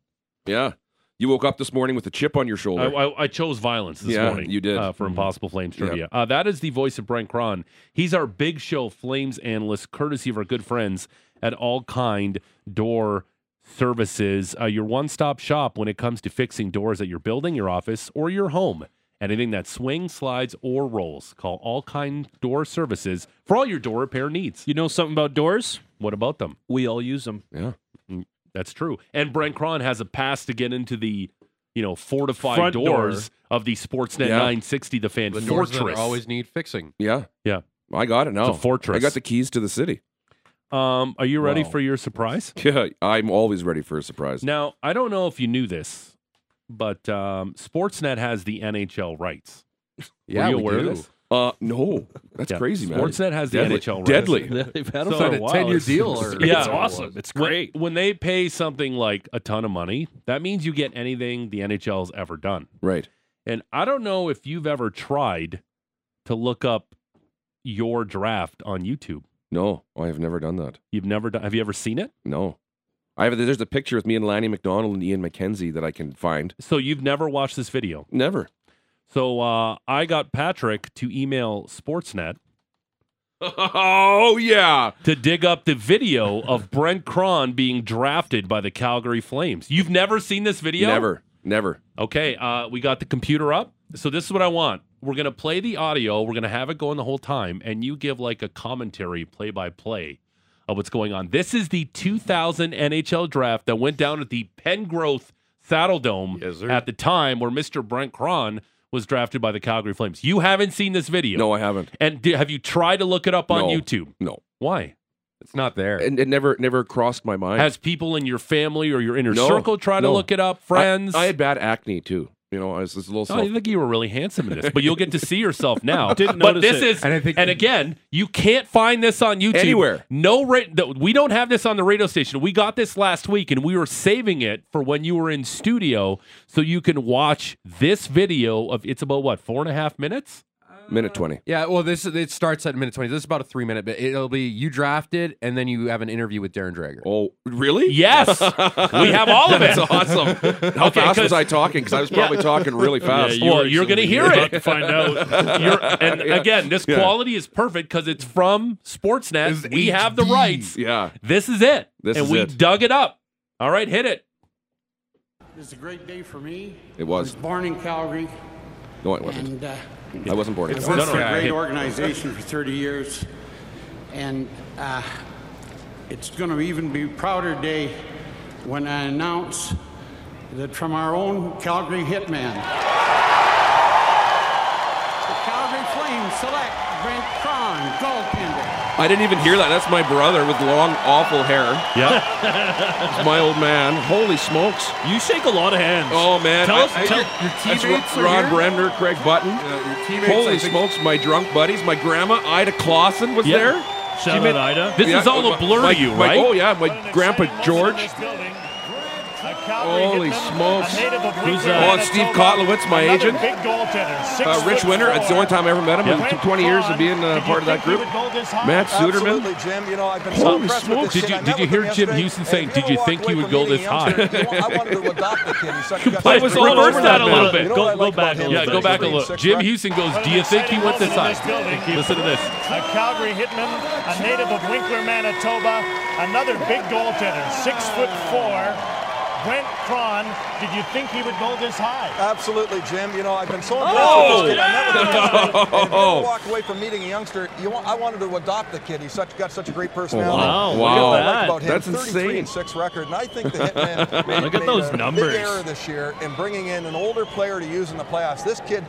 Speaker 4: Yeah, you woke up this morning with a chip on your
Speaker 2: I,
Speaker 4: shoulder.
Speaker 2: I, I chose violence this
Speaker 4: Yeah,
Speaker 2: morning.
Speaker 4: you did.
Speaker 2: uh, for
Speaker 4: Mhm.
Speaker 2: Impossible Flames
Speaker 4: Yep.
Speaker 2: trivia. Uh, that is the voice of Brent Cron. He's our Big Show Flames analyst, courtesy of our good friends at All Kind Door Services, uh, your one-stop shop when it comes to fixing doors at your building, your office, or your home. Anything that swings, slides, or rolls. Call All Kind Door Services for all your door repair needs.
Speaker 3: you know something about doors?
Speaker 2: What about them?
Speaker 3: We all use them.
Speaker 4: yeah,
Speaker 2: That's true. And Brent Cron has a pass to get into the, you know, fortified
Speaker 3: Front door.
Speaker 2: doors of the Sportsnet
Speaker 4: Yeah.
Speaker 2: 960, the fan
Speaker 5: The doors
Speaker 2: fortress.
Speaker 5: that always need fixing.
Speaker 4: yeah,
Speaker 2: Yeah.
Speaker 4: I got it now.
Speaker 2: It's a fortress.
Speaker 4: I got the keys to the city. <laughs>
Speaker 2: um, are you ready
Speaker 3: Wow.
Speaker 2: for your surprise?
Speaker 4: Yeah, I'm always ready for a surprise.
Speaker 2: Now, I don't know if you knew this, but um, Sportsnet has the NHL rights. Were
Speaker 5: Yeah,
Speaker 2: you
Speaker 5: we
Speaker 2: aware
Speaker 5: do.
Speaker 2: of this?
Speaker 4: Uh, no, that's
Speaker 2: Yeah.
Speaker 4: crazy, man.
Speaker 2: Sportsnet has the
Speaker 4: Deadly.
Speaker 2: NHL rights.
Speaker 4: Deadly.
Speaker 3: They've had 'em
Speaker 2: So
Speaker 3: for
Speaker 2: the
Speaker 3: a while.
Speaker 5: 10-year
Speaker 3: It's-
Speaker 5: <laughs> deal
Speaker 3: it's-
Speaker 5: or-
Speaker 3: yeah,
Speaker 2: <laughs>
Speaker 3: it's
Speaker 2: Yeah.
Speaker 3: awesome. It's
Speaker 2: When-
Speaker 3: great.
Speaker 2: When, they pay something like a ton of money, that means you get anything the NHL's ever done.
Speaker 4: Right.
Speaker 2: And I don't know if you've ever tried to look up your draft on YouTube.
Speaker 4: No, I have never done that.
Speaker 2: You've never done. Have you ever seen it?
Speaker 4: No. I have there's a picture with me and Lanny McDonald and Ian McKenzie that I can find.
Speaker 2: So you've never watched this video.
Speaker 4: Never.
Speaker 2: So uh, I got Patrick to email Sportsnet
Speaker 4: <laughs> oh yeah.
Speaker 2: to dig up the video of Brent Cron being drafted by the Calgary Flames. You've never seen this video?
Speaker 4: Never. Never.
Speaker 2: Okay, uh, we got the computer up. So this is what I want. We're gonna play the audio. We're gonna have it going the whole time, and you give like a commentary, play by play, of what's going on. This is the 2000 NHL draft that went down at the Pengrowth Saddle Dome
Speaker 5: Yes, sir.
Speaker 2: at the time where Mr. Brent Cron was drafted by the Calgary Flames. You haven't seen this video.
Speaker 4: No, I haven't.
Speaker 2: And do, have you tried to look it up on
Speaker 4: No.
Speaker 2: YouTube?
Speaker 4: No,
Speaker 2: Why?
Speaker 5: It's not there.
Speaker 4: and it never never crossed my mind.
Speaker 2: Has people in your family or your inner
Speaker 4: No,
Speaker 2: circle try to
Speaker 4: no.
Speaker 2: look it up? Friends?
Speaker 4: I, I had bad acne too. You know, I was, was a little.
Speaker 2: No, I
Speaker 4: self-
Speaker 2: think you were really handsome in this, but you'll get to see
Speaker 4: <laughs>
Speaker 2: yourself now.
Speaker 3: Didn't
Speaker 2: but
Speaker 3: notice
Speaker 2: this
Speaker 3: it.
Speaker 2: is,
Speaker 5: And
Speaker 2: and,
Speaker 5: I think-
Speaker 2: again, you can't find this on YouTube
Speaker 4: Anywhere.
Speaker 2: No, ra- th- we don't have this on the radio station. We got this last week, and we were saving it for when you were in studio, so you can watch this video of. It's about what four and a half minutes.
Speaker 4: minute twenty.
Speaker 5: yeah, well, this it starts at minute twenty. This is about a three minute bit. It'll be you drafted, and then you have an interview with Darren Drager.
Speaker 4: Oh, really? <laughs>
Speaker 2: Yes, we have all of it.
Speaker 4: That's awesome. How
Speaker 2: Okay,
Speaker 4: fast
Speaker 2: 'cause-
Speaker 4: was I talking? Because I was probably talking
Speaker 2: <laughs>
Speaker 4: really fast.
Speaker 2: you- Well, you're gonna hear it.
Speaker 3: to find
Speaker 2: <laughs>
Speaker 3: out.
Speaker 2: You're, and again, this quality is perfect because it's from Sportsnet.
Speaker 5: This is
Speaker 2: we have the
Speaker 5: HD.
Speaker 2: rights.
Speaker 4: yeah.
Speaker 2: This is it.
Speaker 4: This
Speaker 2: and
Speaker 4: is
Speaker 2: we
Speaker 4: it.
Speaker 2: dug it up. All right, hit it.
Speaker 7: It's a great day for me.
Speaker 4: It
Speaker 7: I
Speaker 4: was.
Speaker 7: was born in Calgary,
Speaker 4: No, it wasn't.
Speaker 7: and uh,
Speaker 4: I wasn't born in
Speaker 7: I've
Speaker 4: Calgary.
Speaker 7: worked for a great organization for 30 years, and uh, it's going to even be prouder day when I announce that from our own Calgary Hitman, the Calgary Flames select Brent Cron, goaltender.
Speaker 4: I didn't even hear that. That's my brother with long, awful hair.
Speaker 2: Yeah.
Speaker 4: It's my old man. Holy smokes.
Speaker 3: You shake a lot of hands.
Speaker 4: Oh, man.
Speaker 3: Tell
Speaker 4: I-
Speaker 3: us-
Speaker 4: I-
Speaker 3: tell-
Speaker 5: your
Speaker 4: that's
Speaker 5: teammates
Speaker 4: Ro-
Speaker 5: are
Speaker 4: Ron
Speaker 5: here?
Speaker 4: Bremner, Craig Button.
Speaker 5: your teammates,
Speaker 4: Holy
Speaker 5: I think-
Speaker 4: smokes. My drunk buddies. My grandma, Ida Clausen, was
Speaker 2: Yeah.
Speaker 4: there.
Speaker 3: Shout out
Speaker 4: made-
Speaker 3: Ida.
Speaker 2: This is
Speaker 4: Yeah,
Speaker 2: all a
Speaker 4: my-
Speaker 2: blur
Speaker 4: my-
Speaker 2: to you,
Speaker 4: my-
Speaker 2: right?
Speaker 4: Oh, yeah. My grandpa George. Holy
Speaker 8: Holy
Speaker 4: smokes.
Speaker 8: smokes.
Speaker 3: Who's, uh,
Speaker 8: oh, it's Steve Kotlowitz, my agent.
Speaker 4: Uh, Rich Winter. It's the only time I ever met him
Speaker 2: Yeah.
Speaker 4: in 20 years of being uh, part of that group. Matt Suderman.
Speaker 9: Absolutely, Jim. You know, I've been
Speaker 3: <laughs>
Speaker 4: Holy
Speaker 9: so impressed with
Speaker 4: smokes.
Speaker 2: Did
Speaker 9: this kid.
Speaker 2: you-
Speaker 9: I
Speaker 2: did
Speaker 9: met
Speaker 2: you
Speaker 9: with
Speaker 2: hear
Speaker 9: him
Speaker 2: Jim
Speaker 9: yesterday,
Speaker 2: Houston
Speaker 9: and
Speaker 2: saying,
Speaker 9: if
Speaker 2: "Did
Speaker 9: ever
Speaker 2: you
Speaker 9: walk
Speaker 2: think
Speaker 9: away
Speaker 2: he would
Speaker 9: from
Speaker 2: go
Speaker 9: meeting
Speaker 2: this <laughs>
Speaker 9: a youngster,
Speaker 2: high?"
Speaker 9: you know, I wanted to adopt the kid. He's such a good
Speaker 2: play
Speaker 9: guy.
Speaker 8: Uh,
Speaker 2: was reverse
Speaker 9: You know
Speaker 2: that a
Speaker 9: what I
Speaker 2: little
Speaker 9: like
Speaker 2: bit.
Speaker 9: about
Speaker 2: Go-
Speaker 9: him?
Speaker 2: go back
Speaker 9: He's
Speaker 2: a little
Speaker 9: a
Speaker 2: bit. Yeah, go back a
Speaker 9: great
Speaker 4: <laughs>
Speaker 2: little.
Speaker 9: six
Speaker 2: Jim
Speaker 9: back.
Speaker 2: Houston goes, "Do you think he went this high?" Listen to this.
Speaker 8: A Calgary Hitman, a native of Winkler, Manitoba, another big goaltender, six foot four. Brent Cron, did you think he would go this high?
Speaker 9: Absolutely, Jim. You know, I've been so impressed
Speaker 4: Oh,
Speaker 9: with this kid. I met with him yesterday, and if you
Speaker 4: Oh.
Speaker 9: ever walk away from meeting a youngster, you want, I wanted to adopt the kid. He's such got such a great personality.
Speaker 4: Wow.
Speaker 9: You know what I
Speaker 3: Wow.
Speaker 9: like about him,
Speaker 4: That's
Speaker 9: 33
Speaker 4: insane.
Speaker 9: And six record, and I think the
Speaker 4: <laughs>
Speaker 9: Hitman made,
Speaker 3: Look at
Speaker 9: made
Speaker 3: those
Speaker 9: a
Speaker 3: numbers.
Speaker 9: Big error this year in bringing in an older player to use in the playoffs. This kid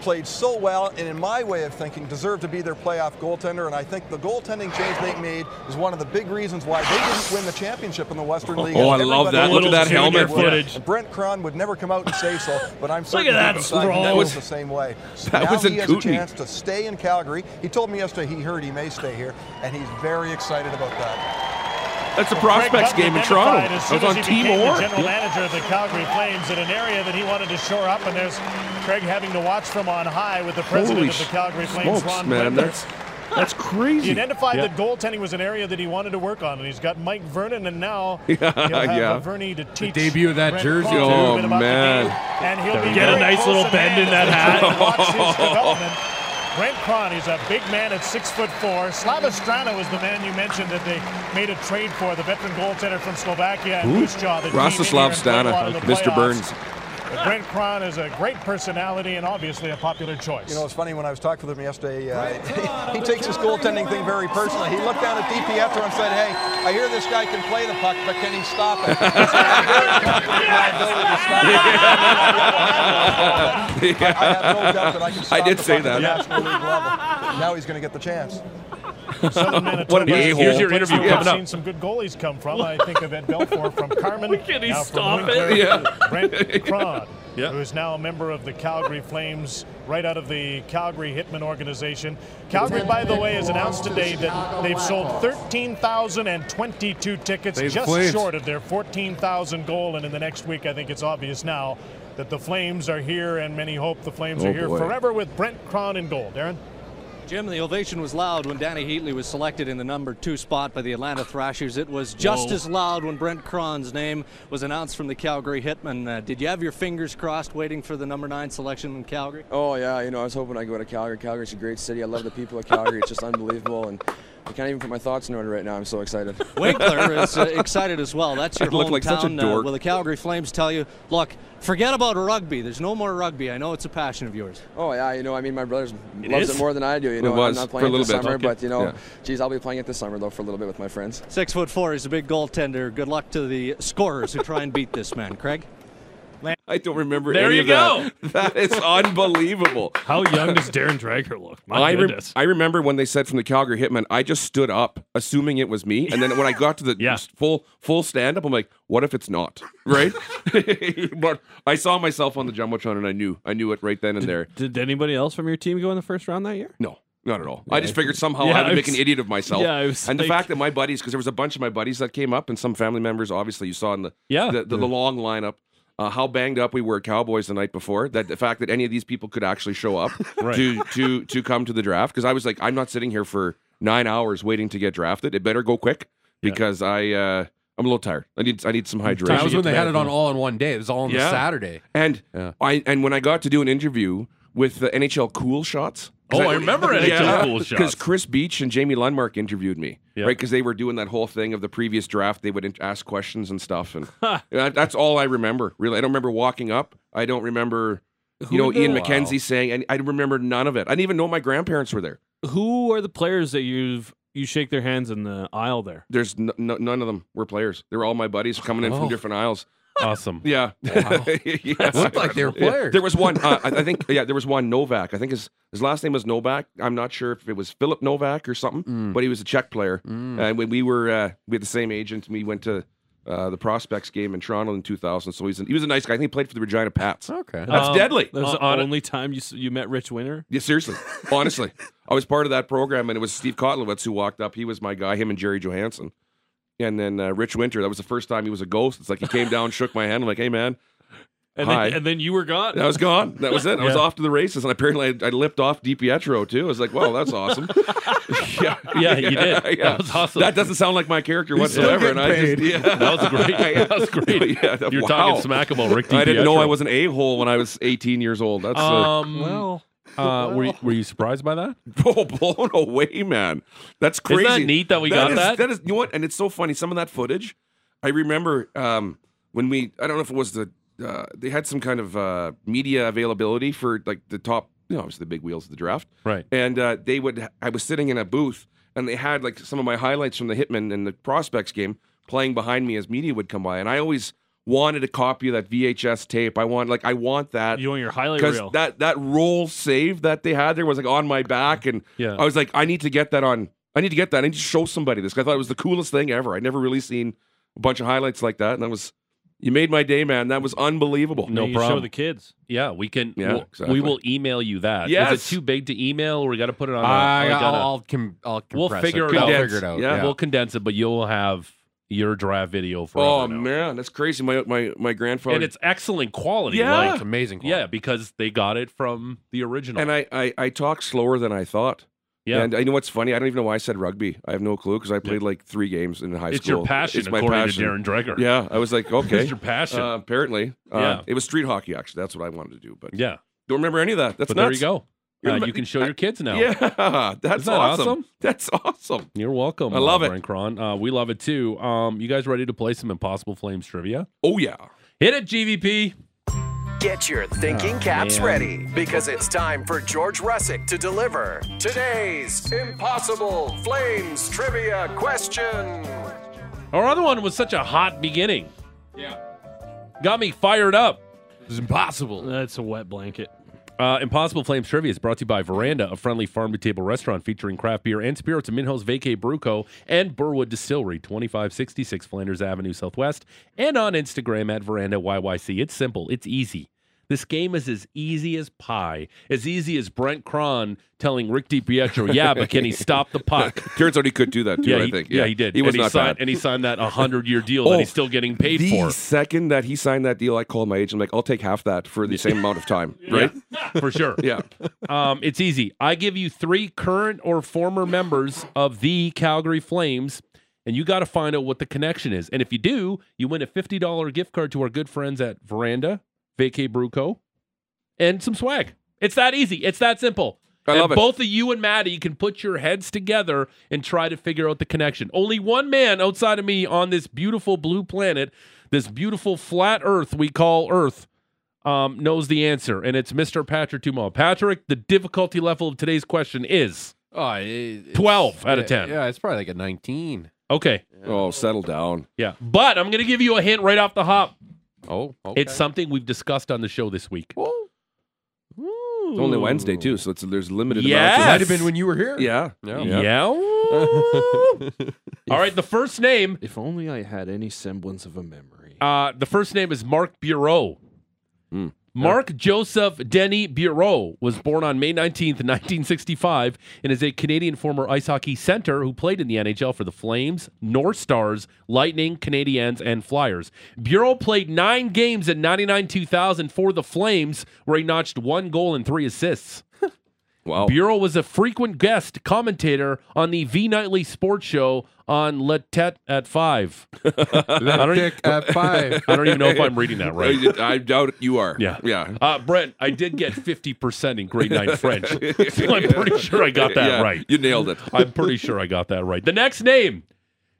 Speaker 9: played so well, and in my way of thinking, deserved to be their playoff goaltender. And I think the goaltending change they made is one of the big reasons why they didn't win the championship in the Western League.
Speaker 4: Oh, I
Speaker 9: Everybody
Speaker 4: love that.
Speaker 9: else
Speaker 4: Look at
Speaker 3: Little
Speaker 4: that
Speaker 3: junior
Speaker 4: helmet.
Speaker 3: footage.
Speaker 9: and Brent Cron would never come out and say so, but I'm
Speaker 3: Look
Speaker 9: certain
Speaker 3: at that
Speaker 9: deep inside he
Speaker 3: scroll.
Speaker 9: feels the same way.
Speaker 4: <laughs>
Speaker 9: So
Speaker 4: That
Speaker 9: now
Speaker 4: was a
Speaker 9: he has a
Speaker 4: cootie.
Speaker 9: chance to stay in Calgary. He told me yesterday he heard he may stay here, and he's very excited about that.
Speaker 4: <laughs> That's a prospects
Speaker 8: Greg
Speaker 4: game in
Speaker 8: Button
Speaker 4: Toronto.
Speaker 8: identified as
Speaker 4: I
Speaker 8: soon
Speaker 4: was
Speaker 8: as
Speaker 4: on
Speaker 8: he
Speaker 4: Team
Speaker 8: became
Speaker 4: Orr.
Speaker 8: The general manager of the Calgary Flames in an area that he wanted to shore up, and there's Craig having to watch from on high with the president
Speaker 4: Holy
Speaker 8: of the Calgary Flames,
Speaker 4: smokes,
Speaker 8: Ron
Speaker 4: man.
Speaker 8: Winkler.
Speaker 4: That's, that's
Speaker 8: He
Speaker 4: crazy.
Speaker 8: identified that goaltending was an area that he wanted to work on, and he's got Mike Vernon, and now he'll
Speaker 4: <laughs>
Speaker 8: have
Speaker 4: yeah.
Speaker 8: Vernon to teach.
Speaker 5: debut of that
Speaker 8: Brent
Speaker 5: jersey,
Speaker 8: Cron a
Speaker 4: too.
Speaker 8: little bit about the
Speaker 4: man.
Speaker 8: game, and he'll be
Speaker 3: Get a
Speaker 8: very
Speaker 3: nice
Speaker 8: close
Speaker 3: little
Speaker 8: at
Speaker 3: bend in
Speaker 8: hand
Speaker 3: that
Speaker 8: as we
Speaker 3: hat.
Speaker 8: watch
Speaker 4: <laughs>
Speaker 8: his development. Brent Cron, he's a big man at six foot four. Slava Strano is the man you mentioned that they made a trade for, the veteran goaltender from Slovakia and Ruscha, the
Speaker 4: Rastislav Stana, Mr. Burns.
Speaker 8: Brent Cron is a great personality and obviously a popular choice.
Speaker 9: You know, it's funny when I was talking with him yesterday. Uh, <laughs> he, takes his goaltending thing very personally. He looked down at Di Pietro and said, "Hey, I hear this guy can play the puck, but can he stop
Speaker 4: <laughs>
Speaker 9: it?" He said, "I have no ability to stop it." I I have no doubt that I
Speaker 4: <laughs>
Speaker 9: can
Speaker 4: I
Speaker 9: stop
Speaker 4: did
Speaker 9: the
Speaker 4: say
Speaker 9: puck at the
Speaker 4: that.
Speaker 9: National League level. Now he's going to get the chance.
Speaker 4: What an a-hole.
Speaker 2: Here's your interview
Speaker 8: I've
Speaker 2: coming up.
Speaker 8: seen some good goalies come from. I think of Ed Belfour from Carmen.
Speaker 3: Can he
Speaker 8: now from
Speaker 3: stop
Speaker 8: Winkler,
Speaker 3: it?
Speaker 4: Yeah.
Speaker 8: Brent Cron,
Speaker 2: Yeah.
Speaker 8: who is now a member of the Calgary Flames, right out of the Calgary Hitman organization. Calgary, by the way, has announced today that they've sold 13,022 tickets, just short of their 14,000 goal. And in the next week, I think it's obvious now that the Flames are here, and many hope the Flames
Speaker 4: Oh,
Speaker 8: are here
Speaker 4: boy.
Speaker 8: forever with Brent Cron in goal. Darren.
Speaker 10: Jim, the ovation was loud when Danny Heatley was selected in the number two spot by the Atlanta Thrashers. It was just as loud when Brent Cron's name was announced from the Calgary Hitmen. Uh, did you have your fingers crossed waiting for the number nine selection in Calgary?
Speaker 11: Oh yeah, you know, I was hoping I could go to Calgary. Calgary's a great city. I love the people of Calgary. It's just unbelievable, and I can't even put my thoughts in order right now. I'm so excited.
Speaker 10: <laughs> Winkler is uh, excited as well. That's your
Speaker 4: I look like such a
Speaker 10: hometown. uh,
Speaker 4: dork.
Speaker 10: will the Calgary Flames tell you, look, forget about rugby. There's no more rugby. I know it's a passion of yours.
Speaker 11: Oh yeah, you know, I mean, my brother loves
Speaker 2: is?
Speaker 11: it more than I do. You know, and
Speaker 4: was
Speaker 11: I'm not
Speaker 4: for a
Speaker 11: playing it
Speaker 4: little
Speaker 11: this
Speaker 4: bit.
Speaker 11: summer,
Speaker 4: Okay.
Speaker 11: but you know,
Speaker 4: Yeah.
Speaker 11: geez, I'll be playing it this summer though for a little bit with my friends.
Speaker 10: Six foot four. He's a big goaltender. Good luck to the scorers who try and beat this man, Craig.
Speaker 4: I don't remember
Speaker 2: There
Speaker 4: any
Speaker 2: you
Speaker 4: of <laughs> that.
Speaker 10: <laughs>
Speaker 4: That is unbelievable.
Speaker 3: How young does Darren Drager look? My
Speaker 4: I, rem-
Speaker 3: goodness.
Speaker 4: I remember when they said from the Calgary Hitman, I just stood up, assuming it was me, and then when I
Speaker 10: <laughs>
Speaker 4: got to the just full full stand up, I'm like, what if it's not? <laughs> Right? but I saw myself on the jumbotron, and I knew, I knew it right then and there.
Speaker 3: Did anybody else from your team go in the first round that year?
Speaker 4: No, not at all. I just figured somehow
Speaker 3: Yeah,
Speaker 4: I would
Speaker 3: I
Speaker 4: make
Speaker 3: was-
Speaker 4: an idiot of myself.
Speaker 3: Yeah, I was
Speaker 4: and the
Speaker 3: like-
Speaker 4: fact that my buddies, because there was a bunch of my buddies that came up, and some family members, obviously, you saw in the
Speaker 2: Yeah.
Speaker 4: the, the, the long lineup. Uh, how banged up we were, Cowboys, the night before. That the fact that any of these people could actually show up
Speaker 2: Right.
Speaker 4: to to to come to the draft, because I was like, I'm not sitting here for nine hours waiting to get drafted. It better go quick because I uh, I'm a little tired. I need I need some hydration.
Speaker 5: That was when they had it on all in one day. It was all on the
Speaker 4: Yeah.
Speaker 5: Saturday.
Speaker 4: And I and when I got to do an interview with the NHL Cool Shots.
Speaker 2: Oh, I remember NHL Cool Shots.
Speaker 4: Because Chris Beach and Jamie Lundmark interviewed me,
Speaker 2: Yeah.
Speaker 4: right? Because they were doing that whole thing of the previous draft. They would in- ask questions and stuff, and that- that's all I remember. Really, I don't remember walking up. I don't remember, you know,
Speaker 3: did
Speaker 4: Ian
Speaker 3: that?
Speaker 4: McKenzie saying, and I remember none of it. I didn't even know my grandparents were there.
Speaker 3: Who are the players that you've you shake their hands in the aisle there?
Speaker 4: There's n- n- none of them were players. They were all my buddies coming in from different aisles.
Speaker 2: Awesome.
Speaker 4: Yeah. <laughs> Yeah.
Speaker 5: Looked like they were
Speaker 4: Yeah,
Speaker 5: players.
Speaker 4: There was one. Uh, I, I think. Yeah, there was one Novak. I think his his last name was Novak. I'm not sure if it was Philip Novak or something,
Speaker 5: Mm.
Speaker 4: but he was a Czech player. And when we were uh, we had the same agent, we went to uh, the prospects game in Toronto in 2000. So he's an, he was a nice guy. I think he played for the Regina Pats.
Speaker 5: Okay. Um,
Speaker 4: That's deadly.
Speaker 3: Uh,
Speaker 4: Uh,
Speaker 3: That was the
Speaker 2: on-
Speaker 3: only time you s- you met Rich Winter.
Speaker 4: Yeah, seriously, honestly, I was part of that program, and it was Steve Kotlowitz who walked up. He was my guy, him and Jerry Johansson, and then uh, Rich Winter. That was the first time he was a ghost. It's like he came down, shook my hand, I'm like, "Hey, man."
Speaker 3: And
Speaker 4: Hi.
Speaker 3: then, and then you were gone.
Speaker 4: I was gone. That was it. I was off to the races, and apparently I, I lipped off Di Pietro too. I was like, "Wow,
Speaker 2: <laughs>
Speaker 4: that's awesome." <laughs> yeah,
Speaker 2: Yeah, you did. That was awesome.
Speaker 4: That doesn't sound like my character whatsoever. And I just, yeah,
Speaker 2: That was
Speaker 4: <laughs>
Speaker 2: great. That was great.
Speaker 4: Yeah, that-
Speaker 2: You're
Speaker 4: wow.
Speaker 2: talking smack about Rick
Speaker 4: I didn't know
Speaker 2: DiPietro.
Speaker 4: I was an a hole when I was 18 years old. That's uh,
Speaker 2: Um, well, uh, were, you, were you surprised by that?
Speaker 4: <laughs> oh, blown away, man. That's
Speaker 2: Isn't
Speaker 4: crazy.
Speaker 2: that neat that we got
Speaker 4: is-
Speaker 2: that?
Speaker 4: That is, you know what? And it's so funny. Some of that footage, I remember um, when we. I don't know if it was the. Uh, they had some kind of uh, media availability for like the top. You know, obviously the big wheels of the draft.
Speaker 2: Right.
Speaker 4: And uh, they would. I was sitting in a booth, and they had like some of my highlights from the Hitman and the prospects game playing behind me as media would come by, and I always wanted a copy of that VHS tape. I want like I want that
Speaker 3: You on your highlight
Speaker 4: because
Speaker 3: reel.
Speaker 4: that that roll save that they had there was like on my back, and
Speaker 2: Yeah.
Speaker 4: I was like, I need to get that on. I need to get that. I need to show somebody this. 'Cause I thought it was the coolest thing ever. I'd never really seen a bunch of highlights like that, and that was you made my day, man. That was unbelievable.
Speaker 3: no you
Speaker 2: problem.
Speaker 3: Show the kids.
Speaker 2: Yeah, we can.
Speaker 4: Yeah,
Speaker 2: we'll-
Speaker 4: exactly.
Speaker 2: We will email you that. Is
Speaker 4: Yes.
Speaker 2: it too big to email, or we got to put it
Speaker 3: Uh,
Speaker 2: on? a-
Speaker 5: I,
Speaker 2: on a-
Speaker 5: I'll, I'll, com- I'll
Speaker 2: We'll
Speaker 5: compress
Speaker 2: figure it
Speaker 5: I'll
Speaker 2: out.
Speaker 5: figure it out.
Speaker 4: Yeah.
Speaker 2: We'll condense it, but you'll have your draft video for.
Speaker 4: Oh man, that's crazy. My my my grandfather
Speaker 2: and it's excellent quality.
Speaker 4: Yeah.
Speaker 2: like,
Speaker 5: It's amazing. quality.
Speaker 2: yeah, because they got it from the original.
Speaker 4: and I, I I talk slower than I thought.
Speaker 2: yeah,
Speaker 4: And I know what's funny. I don't even know why I said rugby. I have no clue because I played like three games in high
Speaker 2: it's
Speaker 4: school.
Speaker 2: your passion,
Speaker 4: It's my
Speaker 2: according
Speaker 4: passion.
Speaker 2: to Darren Dreger.
Speaker 4: Yeah, I was like,
Speaker 2: <laughs>
Speaker 4: okay,
Speaker 2: it's your passion.
Speaker 4: Uh, apparently, uh,
Speaker 2: Yeah.
Speaker 4: it was street hockey. Actually, that's what I wanted to do, but
Speaker 2: yeah,
Speaker 4: don't remember any of that. That's
Speaker 2: but
Speaker 4: nuts.
Speaker 2: there you go.
Speaker 4: You're
Speaker 2: Uh,
Speaker 4: the-
Speaker 2: you can show
Speaker 4: <laughs>
Speaker 2: your kids now.
Speaker 4: Yeah, that's
Speaker 2: Isn't that
Speaker 4: awesome.
Speaker 2: awesome?
Speaker 4: That's awesome.
Speaker 2: You're welcome.
Speaker 4: I love
Speaker 2: uh,
Speaker 4: it.
Speaker 2: Brian Cron. Uh, we love it too. Um, you guys ready to play some Impossible Flames trivia?
Speaker 4: Oh yeah.
Speaker 2: Hit it, GVP.
Speaker 1: Get your thinking caps ready because it's time for George Russick to deliver today's Impossible Flames trivia question.
Speaker 2: Our other one was such a hot beginning. Yeah, got me fired up.
Speaker 5: It's impossible.
Speaker 3: That's a wet blanket.
Speaker 2: Uh, Impossible Flames Trivia is brought to you by Veranda, a friendly farm to table restaurant featuring craft beer and spirits at Minho's Vacay Bruco and Burwood Distillery, 2566 Flanders Avenue Southwest, and on Instagram at Veranda YYC. It's simple, it's easy. This game is as easy as pie, as easy as Brent Cron telling Rick DiPietro, yeah, but can he stop the puck?
Speaker 4: Turns out he could <laughs> do that too. I
Speaker 2: he,
Speaker 4: think.
Speaker 2: yeah, he did.
Speaker 4: He was
Speaker 2: and, he
Speaker 4: not
Speaker 2: signed,
Speaker 4: bad. Oh,
Speaker 2: and he signed that 100 year deal that he's still getting paid
Speaker 4: the
Speaker 2: for.
Speaker 4: second that he signed that deal, I called my agent. I'm like, I'll take half that for the same amount of
Speaker 2: <laughs>
Speaker 4: time, right?
Speaker 2: For sure.
Speaker 4: <laughs> Yeah.
Speaker 2: Um, it's easy. I give you three current or former members of the Calgary Flames, and you got to find out what the connection is. And if you do, you win a fifty dollar gift card to our good friends at Veranda, Vacay Bruco, and some swag. It's that easy. It's that simple.
Speaker 4: I
Speaker 2: and
Speaker 4: love it.
Speaker 2: Both of you and Maddie can put your heads together and try to figure out the connection. Only one man outside of me on this beautiful blue planet, this beautiful flat Earth we call Earth, um, knows the answer, and it's Mr. Patrick Tumo. Patrick, the difficulty level of today's question is
Speaker 5: Oh, it- it's-
Speaker 2: 12 out of
Speaker 5: yeah,
Speaker 2: 10.
Speaker 5: Yeah, it's probably like a 19.
Speaker 2: okay.
Speaker 4: Oh, settle down.
Speaker 2: Yeah, but I'm gonna give you a hint right off the hop.
Speaker 5: Oh,
Speaker 2: It's something we've discussed on the show this week.
Speaker 4: It's only Wednesday too, so it's, there's limited.
Speaker 2: Yes.
Speaker 4: amounts of-
Speaker 2: Might have been
Speaker 5: when you were here.
Speaker 4: Yeah.
Speaker 2: Yeah. <laughs> All right, the first name.
Speaker 3: If only I had any semblance of a memory.
Speaker 2: Uh, the first name is Mark Bureau. Mark Joseph Denny Bureau was born on May 19th, 1965, and is a Canadian former ice hockey center who played in the NHL for the Flames, North Stars, Lightning, Canadiens, and Flyers. Bureau played nine games in 99 2000 for the Flames, where he notched one goal and three assists.
Speaker 4: Wow.
Speaker 2: Bureau was a frequent guest commentator on the V Nightly Sports Show on La Tete at
Speaker 4: <laughs>
Speaker 2: 5.
Speaker 4: La
Speaker 2: I don't e-
Speaker 4: Tete at five.
Speaker 2: I don't even know if I'm reading that
Speaker 4: <laughs>
Speaker 2: right.
Speaker 4: I doubt you are.
Speaker 2: Yeah.
Speaker 4: Yeah.
Speaker 2: Uh, Brent, I did get 50% in grade 9 French. So I'm pretty sure I got that
Speaker 4: Yeah,
Speaker 2: right.
Speaker 4: You nailed it.
Speaker 2: I'm pretty sure I got that right. The next name,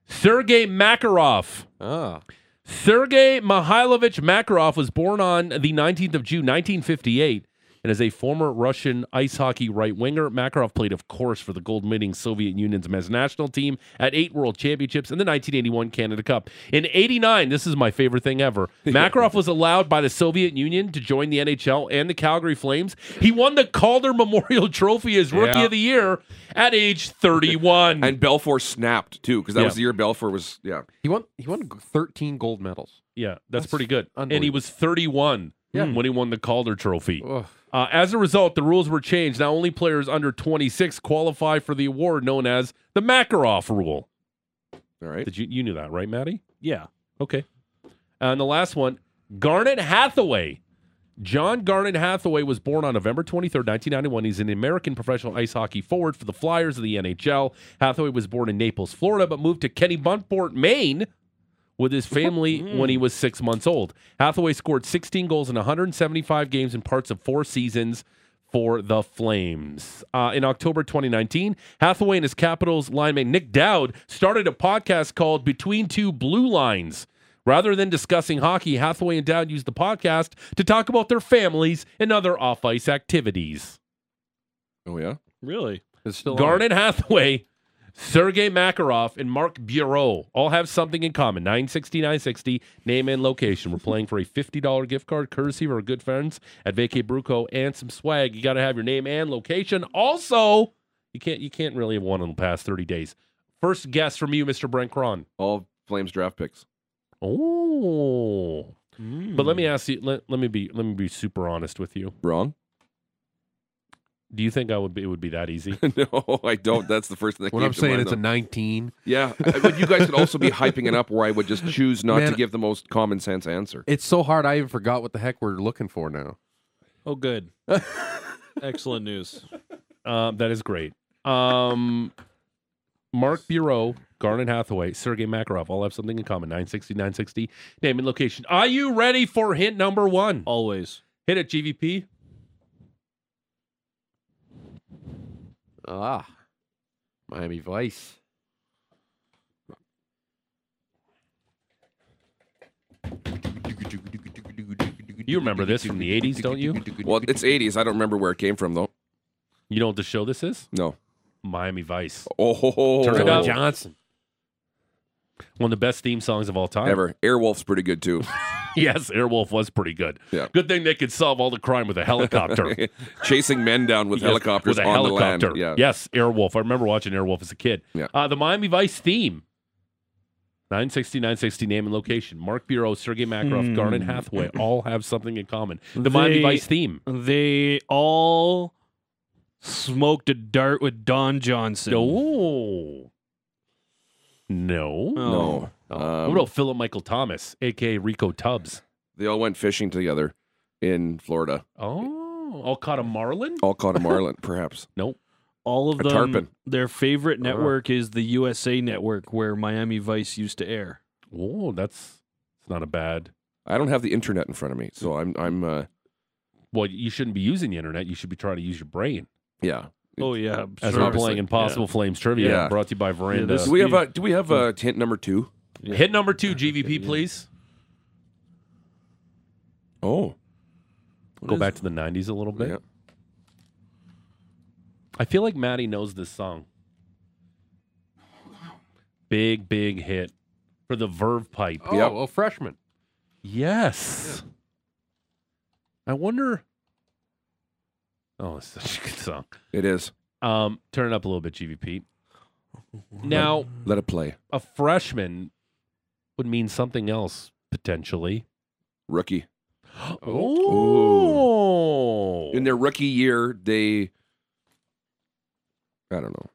Speaker 2: Sergei Makarov.
Speaker 5: Ah.
Speaker 2: Sergei Mihailovich Makarov was born on the 19th of June, 1958, and is a former Russian ice hockey right winger. Makarov played, of course, for the gold winning Soviet Union's men's national team at eight world championships and the 1981 Canada Cup. In 89, this is my favorite thing ever. Makarov was allowed by the Soviet Union to join the NHL and the Calgary Flames. He won the Calder Memorial <laughs> Trophy as Rookie
Speaker 4: Yeah.
Speaker 2: of the Year at age 31.
Speaker 4: And Belfour snapped too, because that
Speaker 2: Hmm. Yeah.
Speaker 4: was the year Belfour was. Yeah.
Speaker 5: He won. He won g- thirteen gold medals.
Speaker 2: Yeah, that's,
Speaker 5: That's
Speaker 2: pretty good. And he
Speaker 5: unbelievable.
Speaker 2: was 31
Speaker 5: Yeah.
Speaker 2: when he won the Calder Trophy.
Speaker 5: Ugh.
Speaker 2: Uh, as a result, the rules were changed. Now only players under 26 qualify for the award known as the Makarov Rule.
Speaker 4: All right.
Speaker 2: Did you you knew that, right, Maddie?
Speaker 3: Yeah.
Speaker 2: Okay. Uh, And the last one, Garnet Hathaway. John Garnet Hathaway was born on November 23rd, 1991. He's an American professional ice hockey forward for the Flyers of the NHL. Hathaway was born in Naples, Florida, but moved to Kennebunkport, Maine with his family when he was six months old. Hathaway scored 16 goals in 175 games in parts of four seasons for the Flames. Uh, in October 2019, Hathaway and his Capitals lineman Nick Dowd started a podcast called Between Two Blue Lines. Rather than discussing hockey, Hathaway and Dowd used the podcast to talk about their families and other off ice activities.
Speaker 4: Oh yeah.
Speaker 3: Really?
Speaker 5: It's still on.
Speaker 2: Garnet Hathaway, Sergei Makarov, and Mark Bureau all have something in common. 960, 960, name and location. We're playing for a $50 gift card courtesy of our good friends at VK Bruco and some swag. You got to have your name and location. Also, you can't you can't really have won in the past 30 days. First guess from you, Mr. Brent Cron.
Speaker 4: All Flames draft picks.
Speaker 2: Oh. But let me ask you let, let me be let me be super honest with you.
Speaker 4: Wrong.
Speaker 2: Do you think I would be, it would be that easy?
Speaker 4: <laughs> no, I don't. That's the first thing. That
Speaker 5: What
Speaker 4: came
Speaker 5: I'm
Speaker 4: to
Speaker 5: saying,
Speaker 4: mind,
Speaker 5: it's a
Speaker 4: though.
Speaker 5: nineteen.
Speaker 4: Yeah, I- but you guys could also be hyping it up where I would just choose not
Speaker 5: Man.
Speaker 4: to give the most common sense answer.
Speaker 5: It's so hard. I even forgot what the heck we're looking for now.
Speaker 3: Oh,
Speaker 4: <laughs>
Speaker 3: good. Excellent news.
Speaker 2: Um, that is great. Um, Mark Bureau, Garnet Hathaway, Sergey Makarov all have something in common. 960, 960. Name and location. Are you ready for hint number one?
Speaker 3: Always.
Speaker 2: Hit it, GVP.
Speaker 5: Ah, Miami Vice.
Speaker 2: You remember this from the 80s, don't you?
Speaker 4: Well, it's 80s. I don't remember where it came from though.
Speaker 2: You know what the show this is?
Speaker 4: No.
Speaker 2: Miami Vice.
Speaker 4: Oh, ho, ho,
Speaker 2: Turn it
Speaker 4: ho.
Speaker 2: up.
Speaker 5: Johnson.
Speaker 2: One of the best theme songs of all time.
Speaker 4: Ever. Airwolf's pretty
Speaker 2: <laughs>
Speaker 4: good too. <laughs>
Speaker 2: Yes, Airwolf was pretty good.
Speaker 4: Yeah.
Speaker 2: Good thing they could solve all the crime with a
Speaker 4: <laughs>
Speaker 2: helicopter.
Speaker 4: Chasing men down with
Speaker 2: Yes, with
Speaker 4: helicopters
Speaker 2: a
Speaker 4: on
Speaker 2: helicopter.
Speaker 4: the land. Yeah.
Speaker 2: Yes, Airwolf. I remember watching Airwolf as a kid.
Speaker 4: Yeah.
Speaker 2: Uh, the Miami Vice theme. 960, 960, name and location. Mark Bureau, Sergey Makarov, Garnet Hathaway all have something in common. The Miami
Speaker 3: They-
Speaker 2: Vice theme.
Speaker 3: They all smoked a dart with Don Johnson.
Speaker 2: Oh. No.
Speaker 4: No.
Speaker 2: Oh. what
Speaker 4: Um,
Speaker 2: about Philip Michael Thomas, a.k.a. Rico Tubbs?
Speaker 4: they all went fishing together in Florida.
Speaker 2: Oh. All caught a marlin?
Speaker 4: All caught a marlin, perhaps.
Speaker 2: Nope.
Speaker 3: All of
Speaker 4: A
Speaker 3: them.
Speaker 4: tarpon. Uh-huh.
Speaker 3: Their favorite network is the USA Network, where Miami Vice used to air.
Speaker 2: Oh, that's, that's not a bad.
Speaker 4: I don't have the internet in front of me, so I'm I'm uh
Speaker 2: Well, you shouldn't be using the internet. You should be trying to use your brain.
Speaker 4: yeah.
Speaker 3: Oh yeah,
Speaker 2: As
Speaker 4: Sure.
Speaker 2: we're playing
Speaker 4: Obviously.
Speaker 2: Impossible Flames trivia,
Speaker 4: Yeah.
Speaker 2: brought to you by Veranda.
Speaker 3: this-
Speaker 4: Do we have a do we have a hint number 2?
Speaker 2: Hit number two, GVP, please.
Speaker 4: Oh.
Speaker 2: Go back to the '90s a little bit.
Speaker 4: Yeah.
Speaker 2: I feel like Maddie knows this song. Big, big hit for the Verve Pipe.
Speaker 5: Oh,
Speaker 4: Yep.
Speaker 5: well, freshman.
Speaker 2: Yes. I wonder. Oh, it's such a good song.
Speaker 4: It is.
Speaker 2: Um, turn it up a little bit, GVP. Now,
Speaker 4: let it play.
Speaker 2: A freshman would mean something else potentially.
Speaker 4: Rookie.
Speaker 2: Oh.
Speaker 4: In their rookie year, they. I don't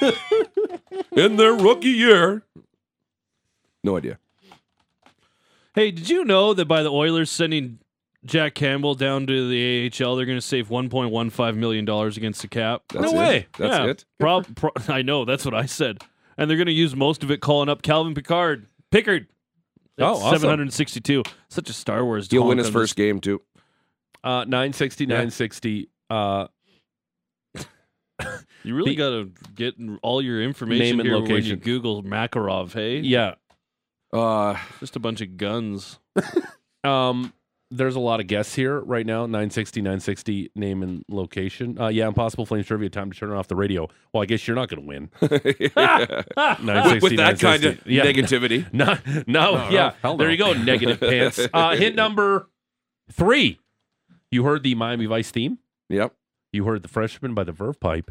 Speaker 4: know. In their rookie year. No idea.
Speaker 3: Hey, did you know that by the Oilers sending Jack Campbell down to the AHL, they're going to save 1.15 million dollars against the cap?
Speaker 4: That's
Speaker 3: no
Speaker 4: it?
Speaker 3: way.
Speaker 4: That's
Speaker 3: Yeah.
Speaker 4: it?
Speaker 3: Prob- pro- <laughs> I know. That's what I said. And they're going to use most of it calling up Calvin Picard, Pickard. at
Speaker 2: Oh, awesome.
Speaker 3: 762. Such a Star Wars.
Speaker 4: He'll
Speaker 3: honk
Speaker 4: win his
Speaker 3: on
Speaker 4: first game, too.
Speaker 2: Uh, 960, 960. Uh,
Speaker 3: this. You really
Speaker 2: He-
Speaker 3: got to get all your information
Speaker 2: Name and
Speaker 3: here when you
Speaker 2: location.
Speaker 3: Google Makarov. Hey,
Speaker 2: yeah.
Speaker 4: Uh, <laughs>
Speaker 3: just a bunch of guns.
Speaker 2: Um, there's a lot of guests here right now. 960, 960, name and location. Uh, yeah, Impossible Flames Trivia. Time to turn off the radio. Well, I guess you're not going to win.
Speaker 4: <laughs> with,
Speaker 2: 960,
Speaker 4: with that kind of
Speaker 2: 960. Yeah. <laughs>
Speaker 4: negativity.
Speaker 2: No, no, yeah.
Speaker 5: hell
Speaker 2: There
Speaker 5: no.
Speaker 2: you go.
Speaker 5: <laughs>
Speaker 2: Negative pants. Uh, hit number three. You heard the Miami Vice theme.
Speaker 4: Yep.
Speaker 2: You heard the freshman by the Verve Pipe.